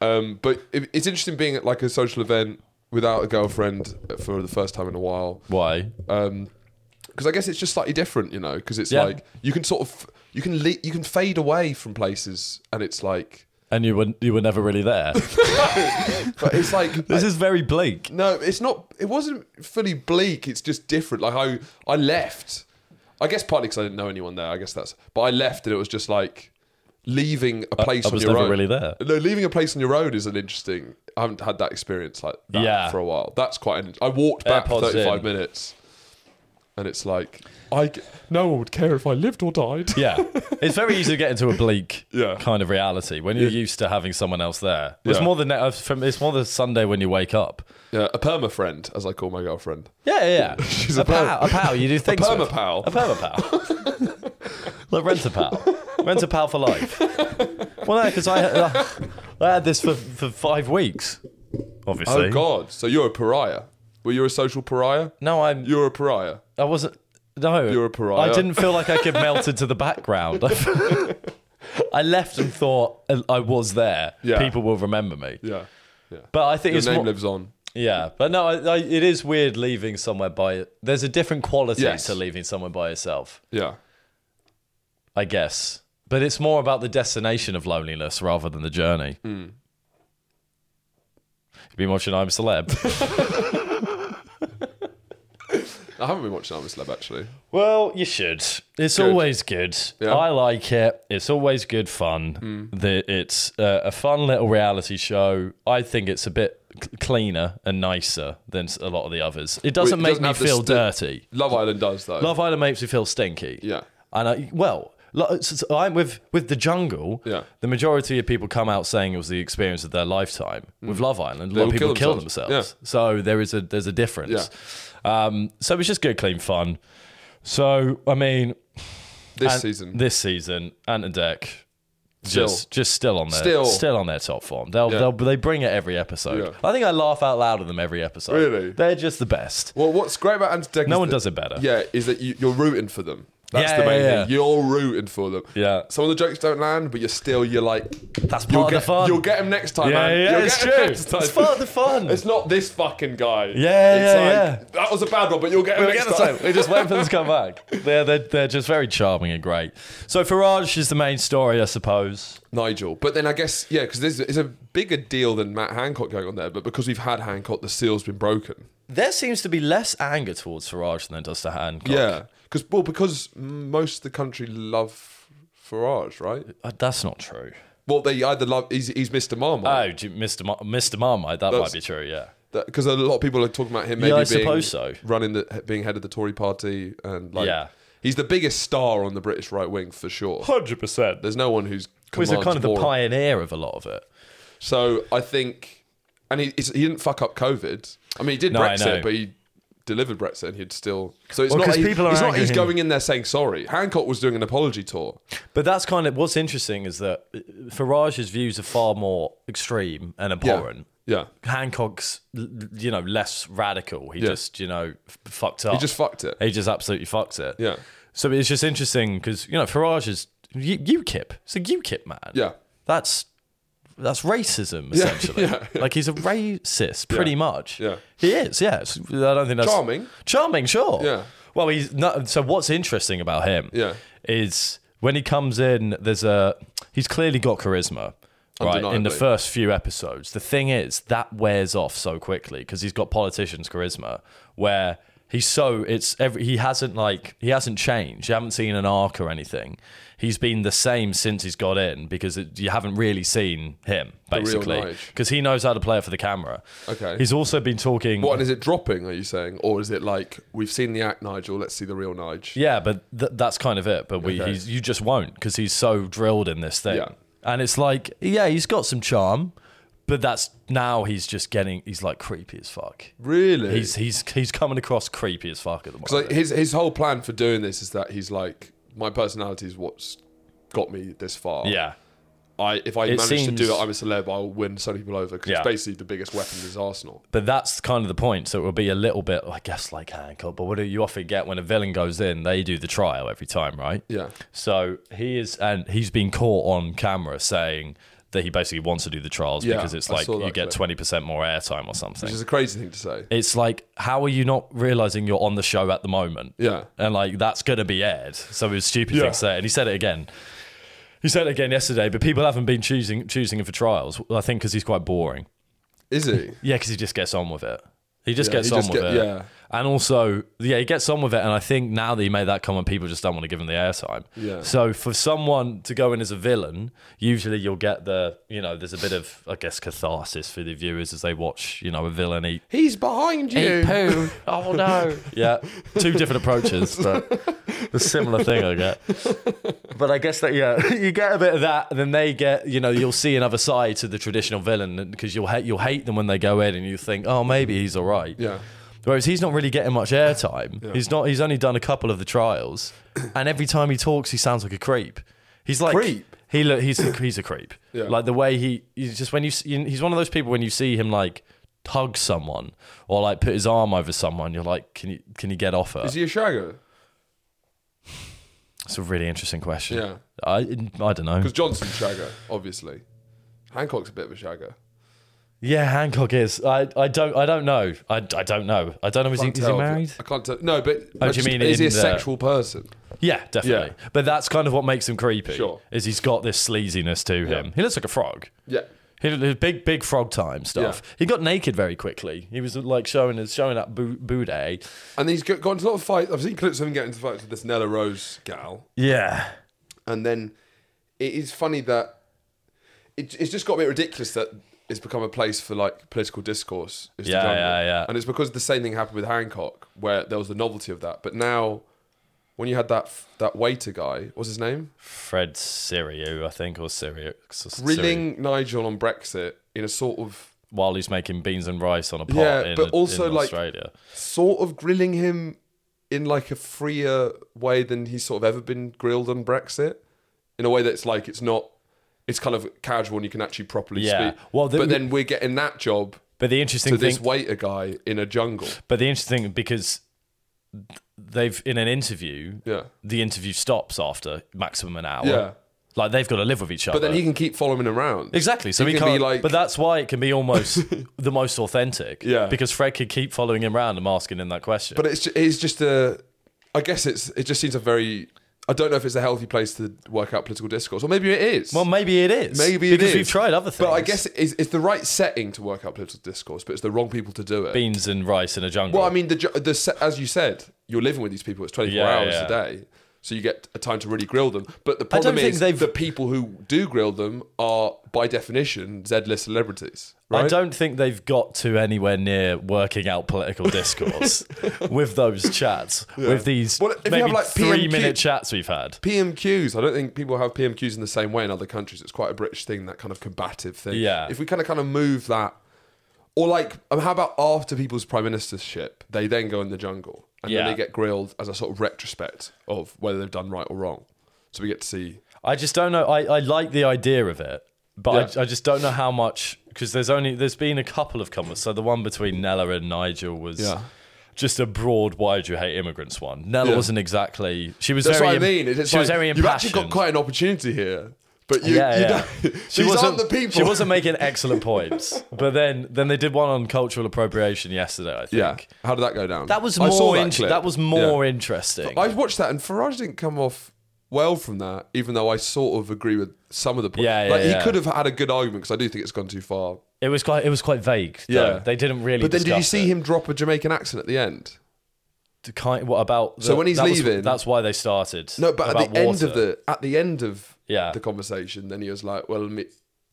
A: Um, but it, it's interesting being at like a social event without a girlfriend for the first time in a while.
C: Why?
A: Because I guess it's just slightly different, you know. Because it's
C: Yeah.
A: like you can sort of you can le- you can fade away from places, and it's like,
C: And you were you were never really there.
A: but it's like
C: this is very bleak.
A: No, it's not. It wasn't fully bleak. It's just different. Like I, I left. I guess partly because I didn't know anyone there. I guess that's. But I left, and it was just like leaving a place
C: I
A: on
C: was
A: your
C: never
A: own.
C: really there.
A: No, leaving a place on your own is an interesting. I haven't had that experience like that
C: Yeah.
A: for a while. That's quite. An, I walked back for
C: AirPods
A: thirty-five
C: in.
A: minutes. and it's like I g- no one would care if I lived or died.
C: Yeah, it's very easy to get into a bleak
A: Yeah.
C: kind of reality when you're used to having someone else there. It's
A: Yeah.
C: more than that- from it's more the Sunday when you wake up.
A: Yeah, a perma friend, as I call my girlfriend.
C: Yeah, yeah, yeah.
A: She's
C: a,
A: a perm-
C: pal. A pal. You do things.
A: perma
C: with.
A: pal.
C: A perma pal. like rent a pal. Rent a pal for life. Well, no, because I, I, I had this for, for five weeks. Obviously.
A: Oh God! So you're a pariah. Were you a social pariah?
C: No, I'm.
A: You're a pariah.
C: I wasn't. No,
A: You're a pariah.
C: I didn't feel like I could melt into the background. I left and thought uh, I was there.
A: Yeah.
C: People will remember me.
A: Yeah, yeah.
C: But I think
A: Your
C: it's
A: name
C: more,
A: lives on.
C: yeah. But no, I, I, it is weird leaving somewhere by. There's a different quality
A: Yes.
C: to leaving somewhere by yourself,
A: Yeah,
C: I guess. But it's more about the destination of loneliness rather than the journey.
A: Hmm.
C: You've been watching I'm Celeb.
A: I haven't been watching Armor Celeb actually.
C: well, you should. It's always good.
A: Yeah. Hmm.
C: I like it. It's always good fun. The, it's uh, a fun little reality show. I think it's a bit c- cleaner and nicer than s- a lot of the others. It doesn't
A: it
C: make
A: doesn't
C: me
A: have the
C: feel
A: sti-
C: dirty.
A: Love Island does though.
C: Love Island makes me feel stinky.
A: Yeah.
C: And I, well, lo- so- so I'm with with the jungle.
A: Yeah.
C: The majority of people come out saying it was the experience of their lifetime. With Love Island, a lot
A: all
C: of people
A: Mm. kill
C: kill
A: themselves.
C: themselves. So there is a there's a difference. Um, so it's just good, clean fun. So I mean,
A: this
C: and-
A: season.
C: this season, Ant and Deck.
A: Still.
C: Just, just still on their,
A: Still.
C: still, on their top form. They'll,
A: Yeah.
C: they'll, they bring it every episode.
A: Yeah.
C: I think I laugh out loud at them every episode.
A: Really?
C: they're just the best.
A: well, what's great about Anti
C: No one does it better.
A: Yeah, is that you, you're rooting for them. That's
C: Yeah,
A: the main
C: yeah, yeah.
A: thing. You're rooting for them.
C: Yeah.
A: Some of the jokes don't land, but you're still you're like
C: That's part
A: you'll
C: of
A: get
C: the fun.
A: you'll get him next time,
C: yeah,
A: man.
C: yeah,
A: You'll
C: it's
A: get 'em
C: true.
A: next time.
C: It's part of the fun.
A: It's not this fucking guy.
C: Yeah,
A: it's
C: yeah,
A: like, That was a bad one, but you'll get him
C: We'll
A: next
C: get the
A: time.
C: same. We just wait for them to come back. They're, they're, they're just very charming and great. So Farage is the main story, I suppose.
A: Nigel. But then I guess yeah, because there's it's a bigger deal than Matt Hancock going on there. But because we've had Hancock, the seal's been broken.
C: There seems to be less anger towards Farage than there does to Hancock.
A: Yeah, because well, because most of the country love Farage, right?
C: Uh, That's not true.
A: Well, they either love he's, he's Mr. Marmite
C: Oh, do you- Mr. Mar- Mr. Marmite, that
A: That's-
C: might be true, yeah.
A: because a lot of people are talking about him. Maybe
C: Yeah, I
A: being,
C: suppose so.
A: Running the being head of the Tory party and like
C: Yeah.
A: he's the biggest star on the British right wing for sure.
C: 100%.
A: There's no one who's
C: Was
A: commands
C: kind of the
A: more-
C: pioneer of a lot of it.
A: So I think, and he it's- he didn't fuck up COVID. I mean, he did
C: No, I
A: Brexit,
C: know.
A: but he delivered Brexit, and he'd still. So it's
C: Well,
A: not.
C: 'cause
A: He,
C: people are
A: it's not.
C: angry
A: He's
C: at him.
A: going in there saying sorry. Hancock was doing an apology tour.
C: But that's kind of what's interesting is that uh, Farage's views are far more extreme and abhorrent.
A: Yeah,
C: Hancock's, l- l- you know, less radical. He just, you know, f- fucked up.
A: he just fucked it.
C: He just absolutely fucked it.
A: Yeah.
C: So it's just interesting because you know Farage is U- UKIP. It's a UKIP man.
A: Yeah.
C: That's that's racism essentially.
A: yeah, yeah.
C: Like he's a racist, pretty much.
A: yeah.
C: He is. Yeah. It's- I don't think that's
A: Charming.
C: Charming, sure.
A: Yeah.
C: Well, he's not. So what's interesting about him?
A: Yeah.
C: Is when he comes in, there's a he's clearly got charisma. Right, in the
A: Undeniably.
C: first few episodes. The thing is, that wears off so quickly because he's got politician's charisma where he's so it's every he hasn't like he hasn't changed. You haven't seen an arc or anything. He's been the same since he's got in because it, you haven't really seen him
A: real
C: basically
A: Nige.
C: because he knows how to play it for the camera.
A: Okay.
C: He's also been talking
A: What and is it dropping? Are you saying, or is it like we've seen the act, Nigel? Let's see the real Nige.
C: Yeah, but th- that's kind of it. But we,
A: Okay.
C: he's, you just won't because he's so drilled in this thing.
A: Yeah.
C: And it's like, yeah, he's got some charm, but that's now he's just getting, he's like creepy as fuck.
A: Really?
C: He's he's he's coming across creepy as fuck at the moment.
A: So his his whole plan for doing this is that he's like, my personality is what's got me this far.
C: yeah.
A: I if I
C: It
A: manage to do
C: seems-
A: it, I'm a celeb. I'll win so many people over because
C: Yeah.
A: it's basically the biggest weapon is arsenal.
C: But that's kind of the point. So it will be a little bit, I guess, like Hancock. But what do you often get when a villain goes in? They do the trial every time, right?
A: Yeah.
C: So he is, and he's been caught on camera saying that he basically wants to do the trials
A: Yeah,
C: because it's
A: I
C: like
A: saw that
C: you get
A: clip.
C: twenty percent more airtime or something.
A: Which is a crazy thing to say.
C: it's like how are you not realizing you're on the show at the moment
A: Yeah.
C: and like that's gonna be aired so it was stupid
A: Yeah.
C: thing to say and he said it again he said it again yesterday but people haven't been choosing choosing him for trials i think because he's quite boring
A: Is he?
C: yeah because he just gets on with it he just
A: Yeah,
C: gets
A: he
C: on
A: just
C: with
A: get-
C: it
A: yeah.
C: And also, yeah, he gets on with it. And I think now that he made that comment, people just don't want to give him the airtime.
A: Yeah.
C: So for someone to go in as a villain, usually you'll get the, you know, there's a bit of, I guess, catharsis for the viewers as they watch, you know, a villain eat,
A: He's behind you.
C: eat poo. oh no. Yeah. Two different approaches, but the similar thing I get. But I guess that yeah, you get a bit of that, and then they get you know you'll see another side to the traditional villain because you'll hate you'll hate them when they go in, and you think oh maybe he's all right.
A: Yeah.
C: Whereas he's not really getting much airtime. He's not. He's only done a couple of the trials, and every time he talks, he sounds like a creep. He's like
A: Creep?
C: He look. He's a, he's a creep.
A: Yeah.
C: Like the way he. He's just when you. see- He's one of those people when you see him like hug someone or like put his arm over someone. You're like, can you can you get off her?
A: Uh, Is he a shagger?
C: It's a really interesting question.
A: Yeah.
C: I I don't know.
A: Because Johnson's shagger, obviously. Hancock's a bit of a shagger.
C: Yeah, Hancock is. I, I don't I don't know. I, I don't know. I don't know. Is he, is he
A: Tell-
C: married?
A: I can't tell. No, but
C: Oh, do you mean
A: is he a
C: in the-
A: sexual person?
C: Yeah, definitely.
A: Yeah.
C: But that's kind of what makes him creepy.
A: Sure.
C: Is he's got this sleaziness to him. He looks like a frog.
A: Yeah.
C: He he- big big frog time stuff. He got naked very quickly. He was like showing his showing up boo- booty.
A: And he's got, got into a lot of fights. I've seen clips of him getting into fights with this Nella Rose gal.
C: Yeah.
A: And then it is funny that it, it's just got a bit ridiculous that it's become a place for like political discourse. Is the
C: Yeah,
A: genre.
C: yeah, yeah.
A: And it's because the same thing happened with Hancock, where there was the novelty of that. But now, when you had that f- that waiter guy, what's his name?
C: Fred Sirio, I think, or Sirio.
A: Grilling Nigel on Brexit in a sort of
C: while he's making beans and rice on a pot
A: Yeah,
C: in,
A: but
C: in
A: also, like-
C: Australia.
A: sort of grilling him in like a freer way than he's sort of ever been grilled on Brexit. In a way that's like it's not it's kind of casual and you can actually properly
C: Yeah.
A: speak.
C: Well, the-
A: but then we're getting that job
C: But the
A: to
C: interesting thing
A: this waiter guy in a jungle.
C: But the interesting thing because they've in an interview,
A: Yeah.
C: the interview stops after maximum an hour.
A: Yeah.
C: like they've got to live with each other.
A: But then he can keep following around.
C: exactly, so
A: he
C: he,
A: can be
C: can't.
A: like-
C: but that's why it can be almost the most authentic.
A: Yeah.
C: because Fred could keep following him around and asking him that question.
A: But it's ju- it's just a I guess it's it just seems a very I don't know if it's a healthy place to work out political discourse. Or maybe it is.
C: well, maybe it is.
A: maybe it
C: because
A: is.
C: we've tried other things.
A: But I guess it's, it's the right setting to work out political discourse, but it's the wrong people to do it.
C: beans and rice in a jungle.
A: Well, I mean, the, ju- the se- as you said, you're living with these people. It's 24
C: Yeah,
A: hours
C: yeah.
A: a day, so you get a time to really grill them. But the
C: don't
A: problem
C: think
A: is,
C: they've-
A: the people who do grill them are, by definition, Z-list celebrities. Right?
C: I don't think they've got to anywhere near working out political discourse with those chats, with these
A: Well, if you
C: maybe
A: have, like,
C: three
A: PMQ
C: minute chats we've had.
A: PMQs. I don't think people have PMQs in the same way in other countries. It's quite a British thing, that kind of combative thing.
C: Yeah.
A: If we kind of kind of move that, or like, um, how about after people's prime ministership, they then go in the jungle and
C: Yeah.
A: then they get grilled as a sort of retrospect of whether they've done right or wrong. So we get to see.
C: I just don't know. I, I like the idea of it, but
A: Yeah.
C: I, I just don't know how much because there's only there's been a couple of comments. So the one between Nella and Nigel was
A: Yeah.
C: just a broad "Why do you hate immigrants?" one. Nella
A: Yeah.
C: wasn't exactly. She was
A: That's
C: very.
A: what I
C: im-
A: mean. It's, it's
C: she was
A: like,
C: very
A: You've actually
C: impassioned.
A: got quite an opportunity here, but you,
C: yeah,
A: you
C: yeah.
A: Don't,
C: She
A: these
C: wasn't
A: aren't the people.
C: She wasn't making excellent points, but then then they did one on cultural appropriation yesterday. I think
A: Yeah. How did that go down?
C: that was
A: I saw
C: more
A: that
C: int-
A: clip.
C: that was more interesting.
A: Yeah. I watched that, and Farage didn't come off well from that. Even though I sort of agree with some of the points.
C: Yeah, yeah,
A: like
C: yeah.
A: he could have had a good argument because I do think it's gone too far.
C: it was quite it was quite vague. though.
A: Yeah.
C: they didn't really.
A: But then, did you
C: discuss
A: see
C: it.
A: him drop a Jamaican accent at the end?
C: to kind what about the-
A: So when he's
C: that was-
A: leaving-
C: that's why they started
A: No, but at
C: about
A: the end
C: water.
A: of the at the end of
C: Yeah.
A: the conversation, then he was like, "Well, me,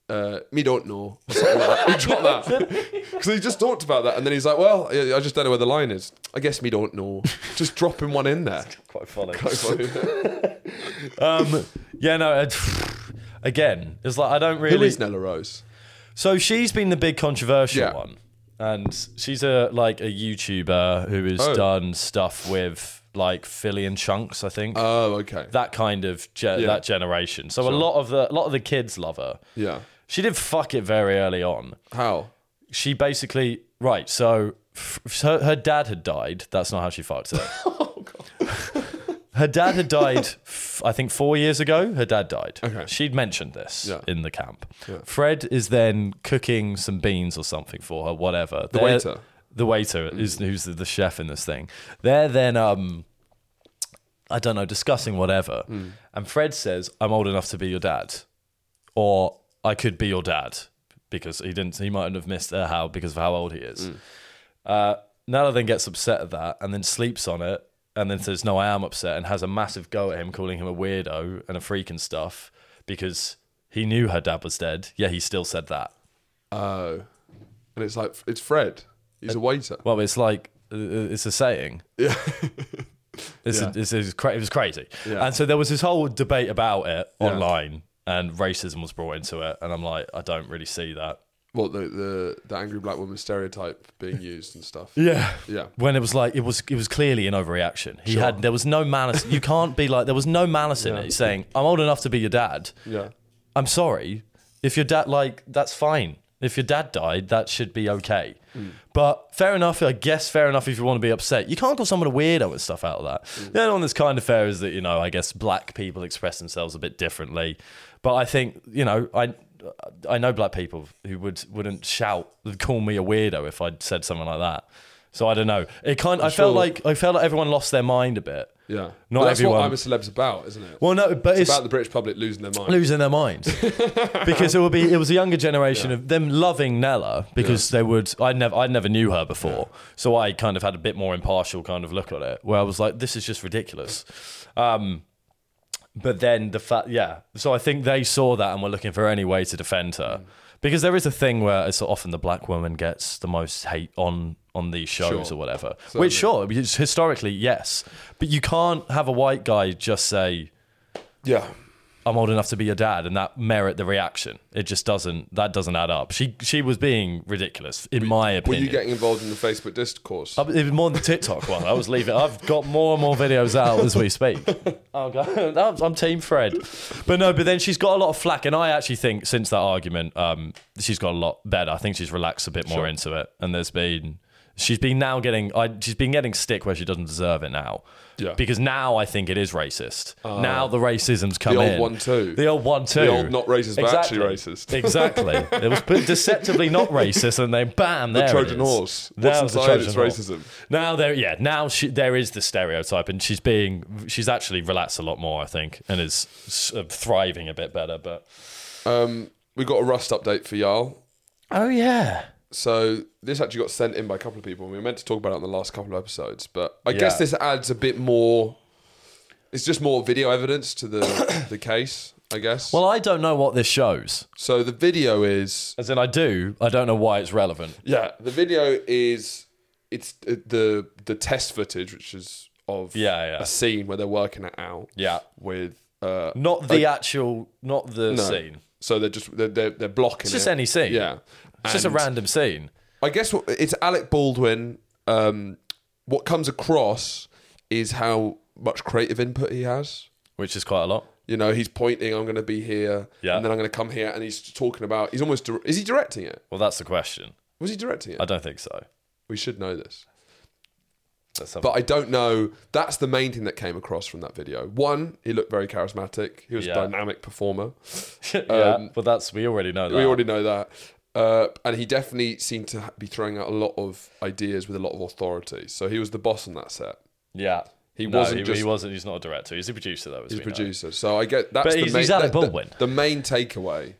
A: uh, me don't know." Or something like that. He dropped that because he just talked about that, and then he's like, "Well, I I just don't know where the line is. I guess me don't know." Just dropping one in there.
C: quite funny um yeah no it, again it's like i don't
A: Who
C: really
A: is Nella Rose?
C: so she's been the big controversial
A: Yeah.
C: one and she's a like a youtuber who has
A: Oh.
C: done stuff with like philly and chunks i think
A: Oh, okay.
C: that kind of ge- that generation so a lot of the a lot of the kids love her
A: yeah.
C: she did fuck it very early on
A: How?
C: she basically right so f- her, her dad had died that's not how she fucked it
A: Oh,
C: her dad had died f- i think four years ago her dad died
A: Okay.
C: she'd mentioned this
A: Yeah.
C: in the camp fred is then cooking some beans or something for her whatever the
A: waiter.
C: the waiter is who's the, the chef in this thing they're then um i don't know discussing whatever and fred says i'm old enough to be your dad or I could be your dad because he didn't. He mightn't have missed their how because of how old he is. Uh, Nala then gets upset at that and then sleeps on it and then says, No, I am upset and has a massive go at him, calling him a weirdo and a freak and stuff because he knew her dad was dead. Yeah, he still said that.
A: Oh, and it's like it's Fred. He's a waiter.
C: Well, it's like, uh, it's a saying.
A: Yeah.
C: It's
A: Yeah.
C: it's, it's cra- it was crazy.
A: Yeah.
C: And so there was this whole debate about it
A: Yeah.
C: online, and racism was brought into it. And I'm like, I don't really see that.
A: What the, the the angry black woman stereotype being used and stuff.
C: Yeah.
A: Yeah.
C: When it was like it was it was clearly an overreaction. He had there was no malice. You can't be like there was no malice in it. He's saying, I'm old enough to be your dad.
A: Yeah.
C: I'm sorry. If your dad like that's fine. If your dad died, that should be okay.
A: Mm.
C: But fair enough, I guess fair enough if you want to be upset. You can't call someone a weirdo and stuff out of that.
A: Mm.
C: The only one that's kind of fair is that, you know, I guess black people express themselves a bit differently. But I think, you know, I I know black people who would wouldn't shout call me a weirdo if I'd said something like that. So I don't know. It kind I
A: sure.
C: felt like I felt like everyone lost their mind a bit.
A: Yeah.
C: Not
A: But that's
C: everyone.
A: what I'm a celeb's about, isn't it?
C: Well no, but
A: it's
C: it's
A: about the British public losing their mind.
C: losing their minds because it would be it was a younger generation of them loving Nella because they would I never I never knew her before so I kind of had a bit more impartial kind of look at it where I was like this is just ridiculous um but then the fact yeah so I think they saw that and were looking for any way to defend
A: Mm.
C: her because there is a thing where it's often the black woman gets the most hate on on these shows
A: Sure.
C: or whatever which sure because historically yes but you can't have a white guy just say
A: Yeah.
C: I'm old enough to be your dad, and that merit the reaction. It just doesn't. That doesn't add up. She she was being ridiculous, in my
A: Were
C: opinion.
A: you getting involved in the Facebook discourse?
C: I- it was more than TikTok one. I was leaving. I've got more and more videos out as we speak. Oh god, I'm, I'm Team Fred. But no, but then she's got a lot of flack, and I actually think since that argument, um, she's got a lot better. I think she's relaxed a bit more into it, and there's been she's been now getting I, she's been getting stick where she doesn't deserve it now.
A: Yeah. Ah.
C: Because now I think it is racist. now the racism's come
A: The old
C: in.
A: one too.
C: The old one too.
A: The old not racist, but actually racist.
C: Exactly. it was deceptively not racist, and then bam, there it
A: Trojan
C: is.
A: horse. What's
C: Now it's a
A: inside it's
C: Trojan horse.
A: racism.
C: Now there, yeah. Now she, there is the stereotype, and she's being, she's actually relaxed a lot more, I think, and is s- uh, thriving a bit better. But
A: Um, we got a Rust update for y'all.
C: oh yeah,
A: So this actually got sent in by a couple of people. and We were meant to talk about it on the last couple of episodes, but I guess
C: Yeah.
A: this adds a bit more. It's just more video evidence to the the case, I guess.
C: well, I don't know what this shows.
A: so the video is
C: As in, I do. I don't know why it's relevant.
A: yeah, the video is it's uh, the the test footage, which is of
C: Yeah, yeah.
A: a scene where they're working it out.
C: Yeah.
A: with uh,
C: Not the actual, not the scene.
A: So they're just they're they're, they're blocking. It's
C: just any scene.
A: Yeah,
C: It's just a random scene.
A: I guess what, it's Alec Baldwin. Um, what comes across is how much creative input he has.
C: Which is quite a lot.
A: You know, he's pointing. I'm going to be here,
C: Yeah.
A: and then I'm going to come here, and he's talking about. He's almost. dir- Is he directing it?
C: Well, that's the question.
A: Was he directing it?
C: I don't think so.
A: we should know this,
C: Let's have a-
A: but I don't know. That's the main thing that came across from that video. One, he looked very charismatic. He was
C: Yeah.
A: a dynamic performer.
C: yeah, but that's we already know that.
A: um, We already know that. Uh, and he definitely seemed to ha- be throwing out a lot of ideas with a lot of authority. So he was the boss on that set.
C: yeah.
A: He
C: No,
A: wasn't
C: He,
A: just-
C: he wasn't. He's not a director. He's a producer, though. As
A: He's
C: we
A: a
C: know.
A: producer. So I get that's
C: But
A: the
C: he's-
A: main,
C: he's
A: that-
C: Alec
A: the-
C: Baldwin.
A: The, main takeaway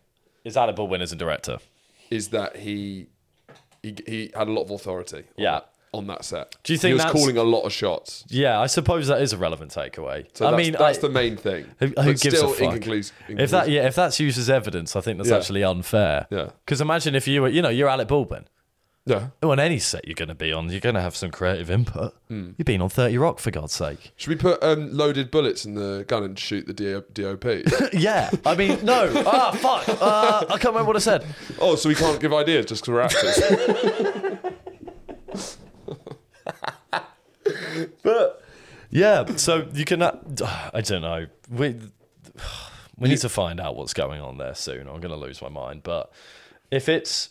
C: Is Alec Baldwin as a director?
A: is that he he, he had a lot of authority. on
C: Yeah.
A: that- on that set.
C: Do you
A: he
C: think
A: was
C: that's-
A: calling a lot of shots?
C: Yeah, I suppose that is a relevant takeaway.
A: So
C: I
A: that's,
C: mean,
A: that's
C: I-
A: the main thing.
C: who, who
A: but
C: gives
A: still
C: a fuck?
A: inconclus-
C: If that yeah, if that's used as evidence, I think that's
A: Yeah.
C: actually unfair.
A: Yeah.
C: Because imagine if you were, you know, you're Alec Baldwin.
A: yeah.
C: On any set you're going to be on, you're going to have some creative input.
A: Hmm.
C: You've been on Thirty Rock for God's sake.
A: Should we put um, loaded bullets in the gun and shoot the DO- DOP?
C: yeah. I mean, no. Ah, fuck. Uh, I can't remember what I said.
A: oh, so we can't give ideas just because we're actors.
C: But yeah, so you can. uh, I don't know. We we need to find out what's going on there soon. I'm going to lose my mind. But if it's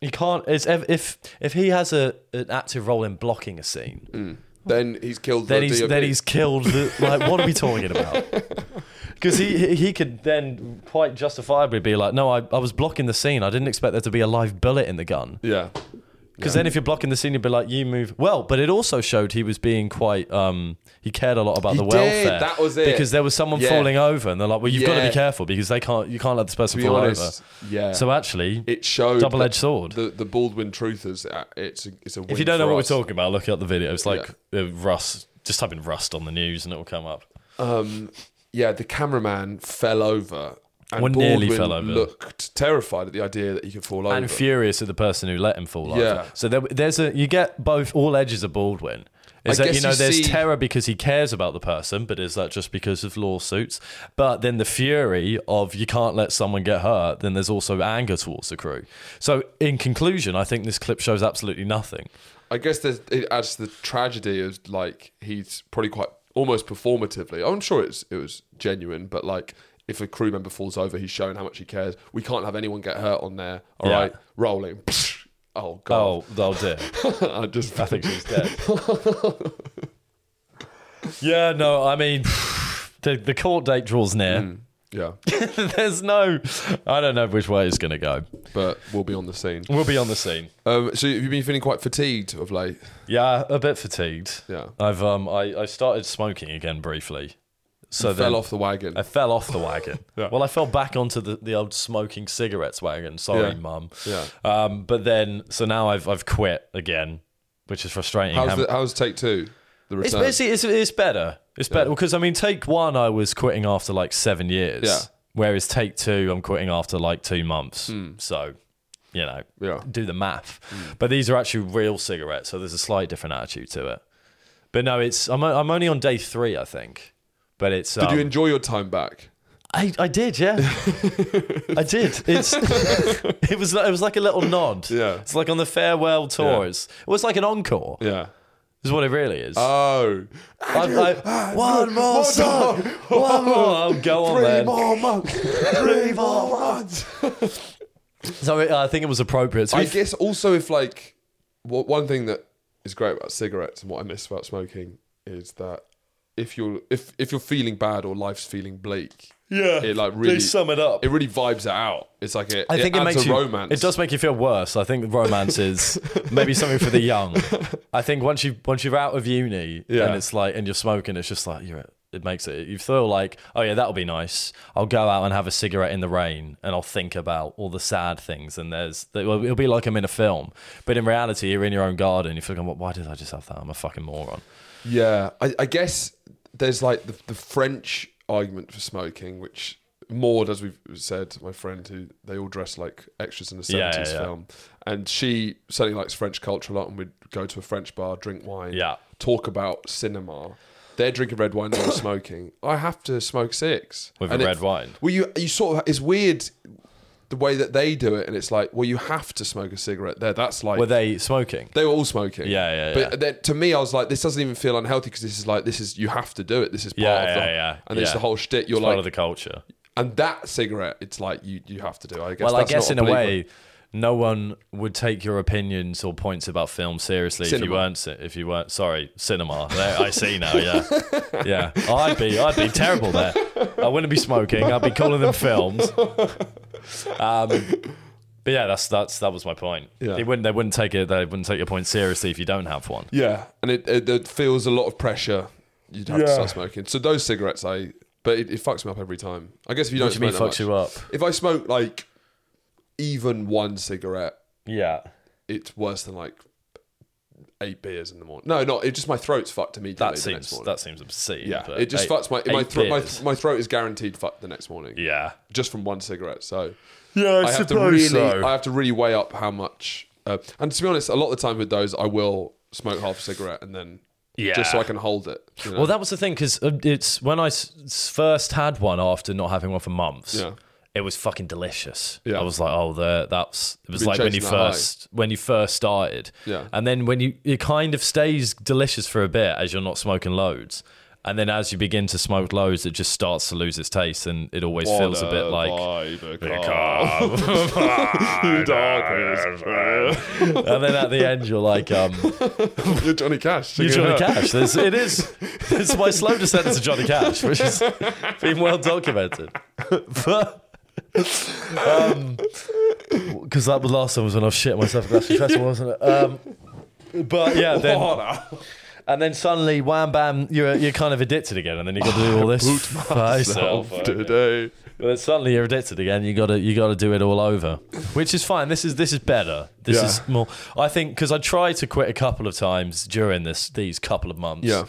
C: you can't. It's if if, if he has a an active role in blocking a scene,
A: then he's killed
C: then
A: the
C: he's
A: DOP.
C: then he's killed. The, like, what are we talking about? Because he he- he could then quite justifiably be like, no, I, I was blocking the scene. I didn't expect there to be a live bullet in the gun.
A: Yeah.
C: Because then if you're blocking the scene, you'd be like, you move. Well, but it also showed he was being quite, um, he cared a lot about
A: He
C: the
A: did,
C: welfare.
A: that was it.
C: Because there was someone
A: Yeah.
C: falling over and they're like, well, you've got to
A: Yeah.
C: be careful because they can't, you can't let this person
A: To be
C: fall
A: honest, yeah.
C: over. So actually,
A: it showed
C: double-edged
A: that
C: sword.
A: The the Baldwin truth is uh, it's a, it's a.
C: if you don't know what we're talking about, look up the video. It's like uh, rust. Just type in rust on the news and it will come up.
A: Um, yeah, the cameraman fell over. And
C: Well,
A: Baldwin
C: nearly fell over.
A: Looked terrified at the idea that he could fall over.
C: and furious at the person who let him fall
A: Yeah.
C: over. So there, there's a you get both all edges of Baldwin. Is
A: I
C: that you
A: guess
C: know
A: you
C: there's
A: see-
C: terror because he cares about the person, but is that just because of lawsuits? But then the fury of you can't let someone get hurt. Then there's also anger towards the crew. So in conclusion, I think this clip shows absolutely nothing.
A: I guess there's, it adds to the tragedy of like he's probably quite almost performatively. I'm sure it's it was genuine, but like if a crew member falls over, he's showing how much he cares. We can't have anyone get hurt on there. All
C: Yeah.
A: right, rolling. Oh god,
C: Oh, oh dear.
A: I just
C: I think she's dead. yeah, no, I mean, the, the court date draws
A: Hmm.
C: near.
A: yeah,
C: There's no, I don't know which way it's going to go.
A: but we'll be on the scene.
C: We'll be on the scene.
A: Um, so have you been feeling quite fatigued of late?
C: Yeah, a bit fatigued.
A: Yeah.
C: I've um, I, I started smoking again briefly. So then
A: Fell off the wagon.
C: I fell off the wagon.
A: Yeah.
C: Well, I fell back onto the, the old smoking cigarettes wagon. Sorry,
A: Yeah.
C: mum.
A: Yeah.
C: Um, but then so now I've I've quit again, which is frustrating.
A: How's
C: How-
A: the, how's take two? The
C: it's
A: return.
C: basically it's, it's better. It's better because I mean, take one, I was quitting after like seven years.
A: Yeah.
C: Whereas take two, I'm quitting after like two months. So, you know,
A: Hmm. Yeah. Hmm.
C: do the math. But these are actually real cigarettes, so there's a slight different attitude to it. But no, it's I'm o- I'm only on day three, I think. But it's
A: Did
C: um,
A: you enjoy your time back?
C: I, I did, yeah. I did. It's it was it was like a little nod.
A: Yeah.
C: It's like on the farewell
A: Yeah.
C: tours. It was like an encore.
A: Yeah.
C: Is what it really is.
A: Oh,
C: I'm like, one more song, one more. Oh, go on,
A: three
C: then.
A: more months. Three more months.
C: So it- I think it was appropriate. So
A: I
C: we-
A: guess also if like wha- one thing that is great about cigarettes and what I miss about smoking is that if you're if if you're feeling bad or life's feeling bleak,
C: yeah,
A: it like really
C: they sum it up.
A: It really vibes it out. It's like it.
C: I think it
A: adds
C: makes
A: a
C: you.
A: romance.
C: It does make you feel worse. I think romance is maybe something for the young. I think once you once you're out of uni
A: Yeah.
C: and it's like and you're smoking, it's just like you're. It makes it. You feel like, oh yeah, that'll be nice. I'll go out and have a cigarette in the rain, and I'll think about all the sad things. And there's, it'll be like I'm in a film, but in reality, you're in your own garden. You're thinking, why did I just have that? I'm a fucking moron.
A: Yeah, I, I guess there's like the, the French argument for smoking, which Maud, as we've said, my friend, who they all dress like extras in a 70s
C: Yeah, yeah, yeah.
A: film. And she certainly likes French culture a lot, and we'd go to a French bar, drink wine,
C: Yeah.
A: talk about cinema. They're drinking red wine, they're smoking. I have to smoke six.
C: With a
A: it-
C: red wine.
A: Well, you, you sort of, it's weird the way that they do it, and it's like, well, you have to smoke a cigarette there. That's like,
C: Were they smoking?
A: they were all smoking.
C: Yeah, yeah, yeah.
A: But then, to me, I was like, this doesn't even feel unhealthy because this is like, this is you have to do it. This is part
C: Yeah,
A: of
C: yeah,
A: the,
C: yeah,
A: and it's
C: yeah.
A: the whole shtit. You're
C: Part
A: like,
C: of the culture.
A: and that cigarette, it's like you you have to do. I guess.
C: Well, I
A: that's
C: guess
A: not
C: in a
A: believer.
C: way, no one would take your opinions or points about film seriously if you
A: Cinema.
C: weren't. ci- If you weren't, sorry, cinema. There, I see now. Yeah, yeah. I'd be, I'd be terrible there. I wouldn't be smoking. I'd be calling them films. Um, but yeah, that's that's that was my point.
A: Yeah.
C: They wouldn't, they wouldn't take it. They wouldn't take your point seriously if you don't have one.
A: Yeah, and it, it, it feels a lot of pressure. You'd have to
C: Yeah.
A: start smoking. So those cigarettes, I but it, it fucks me up every time. I guess if you don't
C: Which mean
A: smoke that much,
C: fucks you up.
A: If I smoke like even one cigarette,
C: Yeah.
A: it's worse than like eight beers in the morning. No, not. It's just my throat's fucked immediately.
C: That
A: the next
C: seems
A: morning.
C: that seems obscene.
A: Yeah,
C: but
A: it just
C: eight-
A: fucks my my,
C: eight
A: thro- my
C: beers.
A: my throat is guaranteed fucked the next morning
C: yeah.
A: just from one cigarette. So
C: Yeah,
A: I have to really I have to really weigh up how much. Uh, and to be honest, a lot of the time with those, I will smoke half a cigarette and then
C: Yeah.
A: just so I can hold it. you know?
C: Well, that was the thing because it's when I s- s- first had one after not having one for months.
A: Yeah.
C: It was fucking delicious.
A: Yeah.
C: I was like, oh, the, that's. It was
A: Been
C: like when you
A: chasing that high.
C: first when you first started.
A: Yeah.
C: And then when you it kind of stays delicious for a bit as you're not smoking loads, and then as you begin to smoke loads, it just starts to lose its taste, and it always feels a bit like. And then at the end, you're like, um,
A: You're Johnny Cash.
C: You're
A: singing
C: Johnny
A: it.
C: Cash. There's, it is. It's my slow descent into Johnny Cash, which has been well documented. but um, because that was last time was when I was shitting myself at Glasgow Festival, wasn't it? Um, but yeah, then and then suddenly, wham bam, you're you're kind of addicted again, and then you got to do all this for yourself.
A: today.
C: But then suddenly you're addicted again. You gotta you gotta do it all over, which is fine. This is this is better. This
A: Yeah.
C: is more. I think because I tried to quit a couple of times during this these couple of months.
A: Yeah.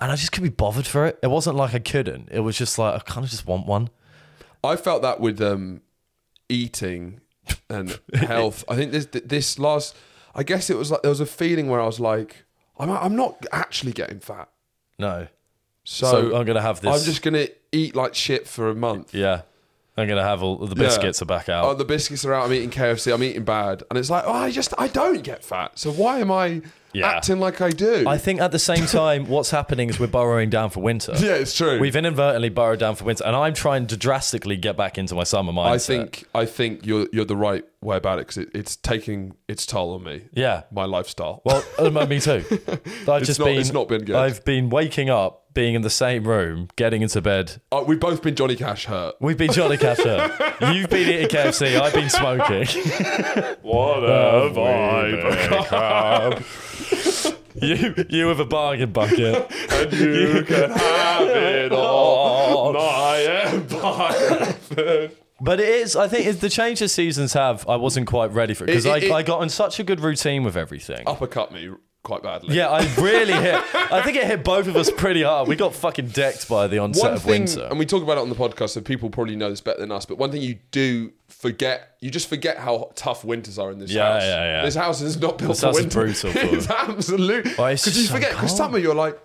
C: And I just couldn't be bothered for it. It wasn't like I couldn't. It was just like I kind of just want one.
A: I felt that with um, eating and health. I think this this last, I guess it was like there was a feeling where I was like, I'm I'm not actually getting fat,
C: No.
A: so,
C: So I'm gonna have this-
A: I'm just gonna eat like shit for a month.
C: Yeah. I'm gonna have all the
A: Yeah.
C: biscuits are back out.
A: Oh, the biscuits are out. I'm eating KFC. I'm eating bad, and it's like, oh, I just I don't get fat. So why am I
C: Yeah.
A: acting like I do?
C: I think at the same time, what's happening is we're burrowing down for winter.
A: yeah, it's true.
C: We've inadvertently burrowed down for winter, and I'm trying to drastically get back into my summer mindset.
A: I think I think you're you're the right way about it because it, it's taking its toll on me.
C: Yeah.
A: my lifestyle.
C: Well, um, me too. I've just
A: not-
C: been.
A: it's not been good.
C: I've been waking up, being in the same room, getting into bed.
A: Uh, we've both been Johnny Cash hurt.
C: We've been Johnny Catcher. You've been eating KFC. I've been smoking. Oh,
A: What a vibe!
C: you, you with a bargain bucket.
A: and you can have it all. My empire.
C: Oh. But it is. I think it's the change the seasons have. I wasn't quite ready for it because
A: It-
C: I,
A: it- it-
C: I got in such a good routine with everything.
A: Uppercut me quite badly.
C: Yeah, I really hit. I think it hit both of us pretty hard. We got fucking decked by the onset
A: One
C: of
A: thing,
C: winter.
A: and we talk about it on the podcast, so people probably know this better than us. But one thing you do forget, you just forget how tough winters are in this
C: Yeah,
A: house.
C: yeah, yeah.
A: This house is not built
C: This
A: for
C: house is
A: winter.
C: brutal for-
A: it's absolutely
C: Oh, it's
A: because you
C: just so
A: forget. Because
C: cold.
A: summer, you're like,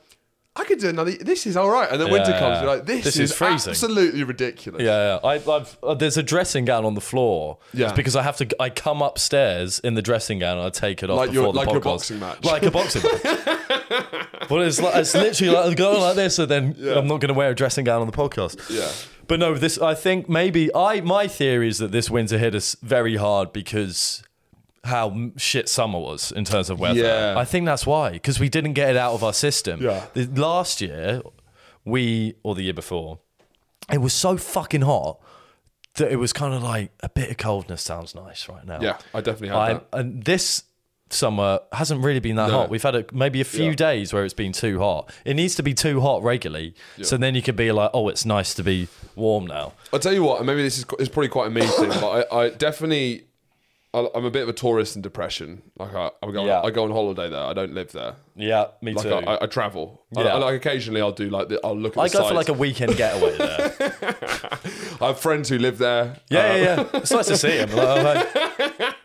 A: I could do another. This is all right, and then winter
C: yeah,
A: comes.
C: yeah.
A: You're like, this,
C: This
A: is,
C: is freezing.
A: absolutely ridiculous.
C: Yeah, yeah. I, I've uh, there's a dressing gown on the floor.
A: Yeah.
C: It's because I have to. I come upstairs in the dressing gown and I take it off
A: Like your-
C: before the
A: like
C: podcast.
A: your boxing match.
C: Like a boxing match. but it's like it's literally like going like this, and then I'm not going to wear a dressing gown on the podcast.
A: Yeah.
C: But no, this I think maybe I my theory is that this winter hit us very hard because how m- shit summer was in terms of weather.
A: Yeah.
C: I think that's why because we didn't get it out of our system.
A: Yeah.
C: The- last year, we or the year before, it was so fucking hot that it was kind of like a bit of coldness sounds nice right now.
A: Yeah, I definitely had
C: I,
A: that.
C: and this summer hasn't really been that hot. We've had a, maybe a few
A: Yeah.
C: days where it's been too hot. It needs to be too hot regularly, so then you could be like, oh, it's nice to be warm now.
A: I'll tell you what, and maybe this is it's probably quite a me thing, but I, I definitely, I, I'm a bit of a tourist in depression. Like I, I go,
C: Yeah.
A: I go on holiday there. I don't live there.
C: Yeah, me
A: Like
C: too.
A: I, I, I travel. I-
C: Yeah.
A: I, like occasionally, I'll do like the, I'll look at. The
C: I go
A: sites.
C: for like a weekend getaway there.
A: I have friends who live there.
C: Yeah, yeah, yeah. It's nice to see him. Like,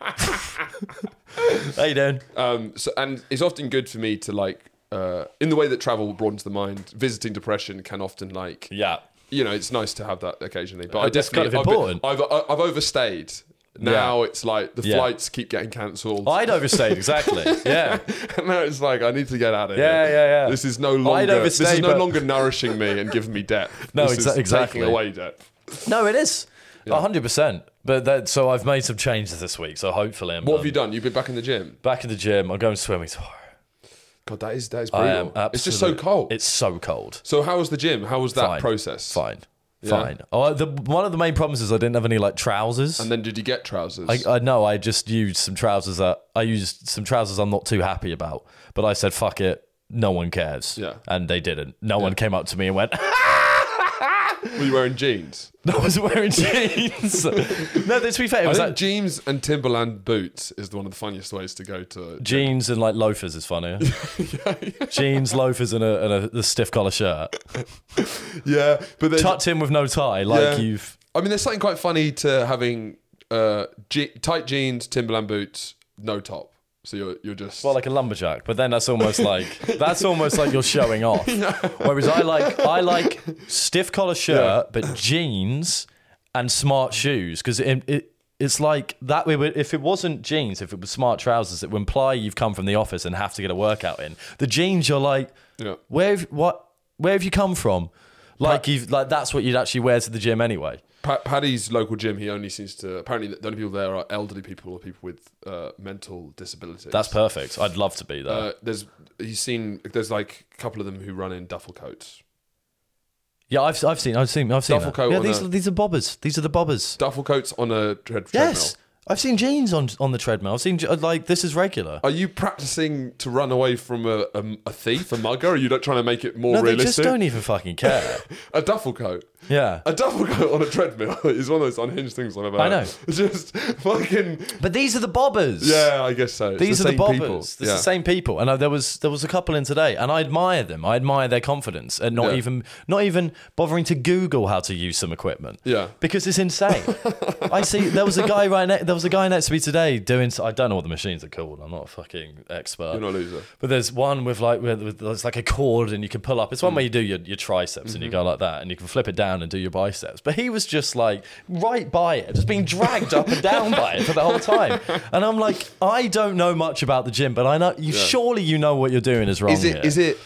C: I'm like- How you doing?
A: Um, so, and it's often good for me to like, uh, in the way that travel broadens the mind. Visiting depression can often like,
C: Yeah.
A: you know, it's nice to have that occasionally. But I
C: That's kind
A: definitely,
C: of important.
A: I've, been, I've, I've overstayed. Now it's like the
C: Yeah.
A: flights keep getting cancelled.
C: I'd overstayed exactly. Yeah,
A: now it's like I need to get out of
C: Yeah,
A: here.
C: yeah, yeah.
A: This is no longer this
C: overstay,
A: is no
C: but-
A: longer nourishing me and giving me depth.
C: No,
A: This is
C: exa- exactly.
A: taking away depth.
C: no, it is a hundred percent. But that so I've made some changes this week. So hopefully, I'm
A: What
C: um,
A: have you done? You've been back in the gym.
C: back in the gym. I'm going swimming tomorrow.
A: God, that is that is
C: I
A: brutal.
C: am absolutely.
A: it's just so cold.
C: It's so cold.
A: so how was the gym? How was that
C: Fine.
A: process?
C: Fine, fine. Oh, the, one of the main problems is I didn't have any like trousers.
A: And then did you get trousers?
C: I, I know I just used some trousers that I used some trousers I'm not too happy about, but I said fuck it, no one cares.
A: Yeah.
C: And they didn't. No one came up to me and went,
A: Were you wearing jeans?
C: "No one's wearing jeans." no, to be fair, it
A: I
C: was
A: think
C: like
A: jeans and Timberland boots is one of the funniest ways to go to.
C: jeans and like loafers is funnier. Jeans, loafers, and a, and a, a stiff collar shirt,
A: Yeah, but then
C: tucked in with no tie, like
A: Yeah.
C: you've.
A: I mean, there's something quite funny to having uh, je- tight jeans, Timberland boots, no top. So you're you're just
C: Well, like a lumberjack, but then that's almost like that's almost like you're showing off. Whereas I like I like stiff collar shirt, but jeans and smart shoes because it, it it's like that. We would, if it wasn't jeans, if it was smart trousers, it would imply you've come from the office and have to get a workout in. The jeans, you're like,
A: Yeah.
C: where have, what where have you come from? Like you've like that's what you'd actually wear to the gym anyway.
A: Pa- Paddy's local gym, he only seems to. Apparently, the only people there are elderly people or people with uh, mental disabilities.
C: That's perfect. I'd love to be there.
A: uh, there's he's seen there's like a couple of them who run in duffel coats.
C: yeah, I've, I've seen I've seen I've seen
A: Duffel
C: that.
A: coat
C: yeah,
A: on
C: these
A: a-
C: are, these are bobbers. These are the bobbers.
A: Duffel coats on a tread- treadmill.
C: Yes. I've seen jeans on on the treadmill. I've seen je- like this is regular.
A: Are you practicing to run away from a, a, a thief, a mugger? Are you not trying to make it more
C: No, they
A: realistic?
C: just don't even fucking care.
A: A duffel coat.
C: Yeah.
A: A duffel coat on a treadmill is one of those unhinged things I've ever
C: I
A: heard.
C: know.
A: Just fucking.
C: But these are the bobbers.
A: Yeah, I guess so. It's
C: These are the
A: same
C: bobbers.
A: people.
C: It's
A: Yeah.
C: the same people. And I, there was there was a couple in today, and I admire them. I admire their confidence and not
A: Yeah.
C: even not even bothering to Google how to use some equipment.
A: Yeah.
C: because it's insane. I see there was a guy right ne- there was a guy next to me today doing. s- I don't know what the machines are called. I'm not a fucking expert.
A: You're not a loser.
C: But there's one with like with, with it's like a cord and you can pull up.
A: Mm.
C: It's one where you do your, your triceps and
A: Mm-hmm.
C: you go like that and you can flip it down and do your biceps. But he was just like right by it, just being dragged up and down by it for the whole time. And I'm like, I don't know much about the gym, but I know you surely you know what you're doing is wrong.
A: Is
C: here.
A: it, is it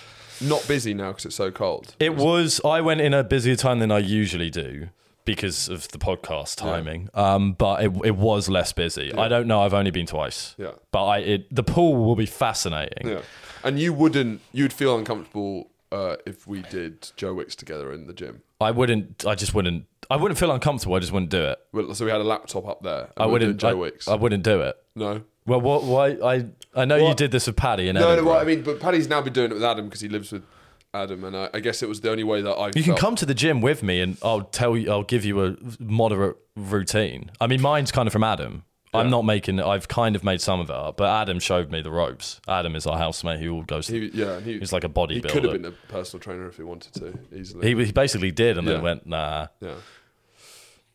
A: not busy now because it's so cold?
C: It was. I went in a busier time than I usually do because of the podcast timing. Um, but it, it was less busy. I don't know. I've only been twice.
A: Yeah.
C: But I it, the pool will be fascinating.
A: Yeah. And you wouldn't, you'd feel uncomfortable uh, if we did Joe Wicks together in the gym.
C: I wouldn't. I just wouldn't. I wouldn't feel uncomfortable. I just wouldn't do it.
A: Well, So we had a laptop up there. And
C: I
A: we were
C: wouldn't.
A: doing
C: I,
A: Joe Wicks.
C: I wouldn't do it.
A: no.
C: Well, what? Why? I I know you
A: What?
C: did this with Paddy and
A: No, no,
C: Edinburgh.
A: well, I mean, but Paddy's now been doing it with Adam because he lives with Adam, and I, I guess it was the only way that I.
C: you can
A: felt-
C: come to the gym with me, and I'll tell you. I'll give you a moderate routine. I mean, mine's kind of from Adam. I'm not making. I've kind of made some of it up, but Adam showed me the ropes. Adam is our housemate who all goes.
A: He, yeah, and he,
C: he's like a
A: he could have been
C: bodybuilder.
A: a personal trainer if he wanted to easily.
C: He, he basically did, and
A: Yeah.
C: then went nah.
A: yeah,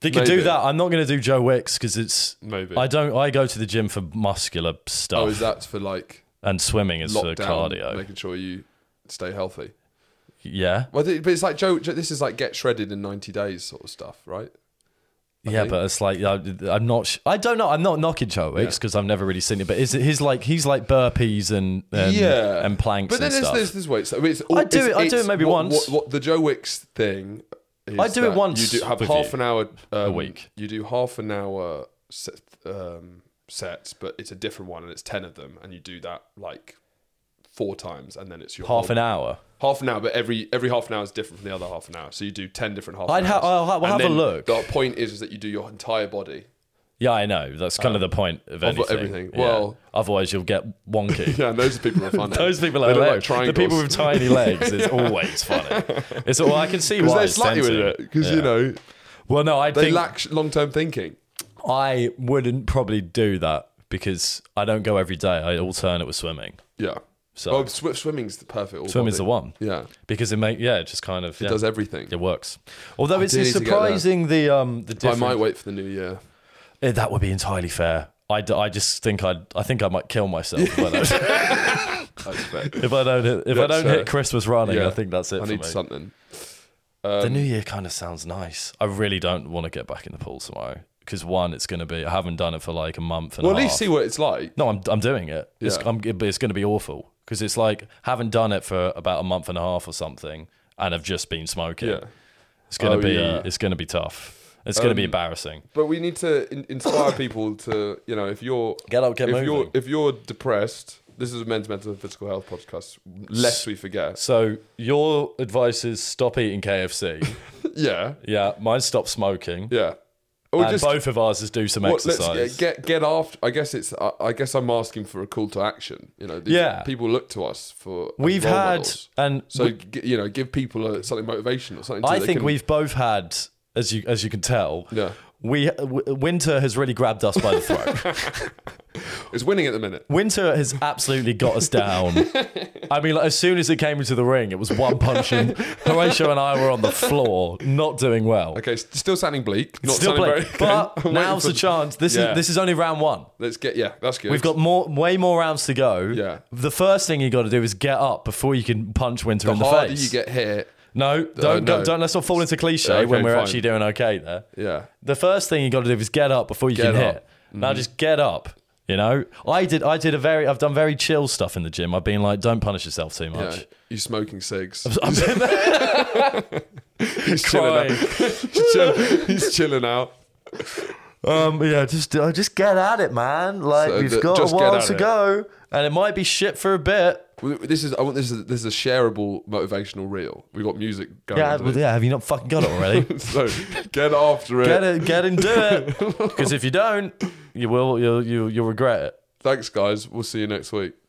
C: They could do
A: Maybe.
C: that. I'm not going to do Joe Wicks because it's.
A: maybe.
C: I don't. I go to the gym for muscular stuff,
A: oh, is that for like
C: and swimming is for
A: lockdown,
C: cardio.
A: making sure you stay healthy?
C: yeah.
A: Well, th- but it's like Joe. Joe- This is like get shredded in ninety days sort of stuff, right?
C: Yeah, but it's like I, I'm not. Sh- I don't know. I'm not knocking Joe Wicks because I've never really seen it. But is it his like he's like burpees and, and
A: yeah,
C: and planks
A: But then
C: and
A: there's,
C: stuff.
A: there's there's ways. I, mean, it's all,
C: I do
A: it's-
C: it- I do
A: it's
C: it maybe
A: what-
C: once.
A: What, what the Joe Wicks thing. Is
C: I do it
A: that
C: once
A: You do have
C: with
A: half an
C: you.
A: hour um,
C: week.
A: You do half an hour set, um, sets, but it's a different one, and it's ten of them, and you do that like four times, and then it's your
C: half
A: whole-
C: an hour.
A: half an hour. But every every half an hour is different from the other half an hour, so you do ten different half.
C: I'd ha-
A: hours.
C: I'll ha- we'll
A: And
C: have a
A: then
C: look.
A: The point is, is that you do your entire body.
C: Yeah, I know. That's kind of the point of anything.
A: Um, everything.
C: Yeah.
A: Well-
C: otherwise you'll get wonky.
A: Yeah, and those people are funny.
C: Those people
A: They
C: are
A: look like
C: like the people
A: triangles.
C: with tiny legs is always funny. It's all I can see
A: because
C: why
A: they're
C: it's
A: slutty with
C: tempting.
A: it because you
C: Yeah.
A: know
C: Well, no, I
A: they
C: think
A: lack long term thinking.
C: I wouldn't probably do that because I don't go every day. I alternate with swimming.
A: Yeah.
C: So-
A: well, sw- swimming's the perfect. all
C: Swimming's the
A: body.
C: one.
A: Yeah,
C: because it make yeah, it just kind of yeah.
A: does everything.
C: It works. Although it's,
A: do
C: it's
A: need to get there.
C: surprising the um
A: I
C: the difference.
A: might wait for the new year.
C: Eh, That would be entirely fair. I, d- I just think I I think I might kill myself if I don't
A: I expect.
C: if I don't hit, if I
A: That's
C: don't
A: fair.
C: hit Christmas running.
A: Yeah.
C: I think that's it
A: I
C: for
A: need um,
C: me.
A: something.
C: the new year kind of sounds nice. I really don't want to get back in the pool tomorrow because one, it's going to be I haven't done it for like a month and
A: Well,
C: a
A: at least
C: half.
A: see what it's like.
C: no, I'm I'm doing it. It's
A: Yeah.
C: I'm, it- it's going to be awful because it's like haven't done it for about a month and a half or something, and I've just been smoking.
A: Yeah,
C: It's going to
A: Oh,
C: be
A: yeah. Um,
C: it's going to be tough. It's going to be embarrassing.
A: but we need to in- inspire people to you know if you're
C: Get up, get
A: if
C: moving.
A: you're if you're depressed. This is a men's mental and physical health podcast. Lest we forget.
C: So your advice is stop eating KFC.
A: Yeah,
C: yeah, mine stop smoking.
A: yeah. Or
C: and both of ours is do some
A: what- let's
C: exercise.
A: get get after. I guess it's. I, I guess I'm asking for a call to action. You know, these
C: Yeah.
A: People look to us for.
C: We've
A: role
C: had
A: models.
C: and
A: So
C: we-
A: g you know, give people a, something motivational, something.
C: I
A: that they
C: think
A: can-
C: we've both had as you as you can tell.
A: Yeah.
C: We w- winter has really grabbed us by the throat.
A: It's winning at the minute.
C: winter has absolutely got us down. I mean, like, as soon as it came into the ring, it was one punch in. Horatio and I were on the floor, not doing well.
A: Okay, s- still sounding bleak. Not
C: Still
A: sounding very-
C: playing, but
A: I'm waiting
C: now's
A: for-
C: the chance. This
A: Yeah.
C: is this is only round one.
A: Let's get. Yeah, that's good.
C: We've got more, way more rounds to go.
A: Yeah.
C: The first thing you got to do is get up before you can punch Winter in
A: The
C: the
A: harder
C: face.
A: you get hit,
C: no, don't,
A: no.
C: don't, don't. Let's not fall into cliche
A: Okay,
C: when we're
A: fine.
C: actually doing okay there.
A: yeah.
C: The first thing you got to do is get up before you
A: Get
C: can
A: up. Mm-hmm.
C: hit. Now just get up. You know, I did. I did a very. I've done very chill stuff in the gym. I've been like, don't punish yourself too
A: Yeah,
C: much.
A: you smoking cigs.
C: I'm
A: He's chilling
C: crying.
A: out. He's chill- He's chilling out.
C: Um, yeah, just uh, just get at it, man. Like
A: So
C: you've
A: the-
C: got a
A: just get
C: while
A: at
C: to
A: it.
C: go, and it might be shit for a bit.
A: Well, This is I want this is this is a shareable motivational reel. We've got music going.
C: Yeah, well,
A: underneath.
C: yeah. Have you not fucking got it already?
A: so get after it.
C: get it, get and do it. Because if you don't, you will. You'll you, you'll regret it.
A: Thanks, guys. We'll see you next week.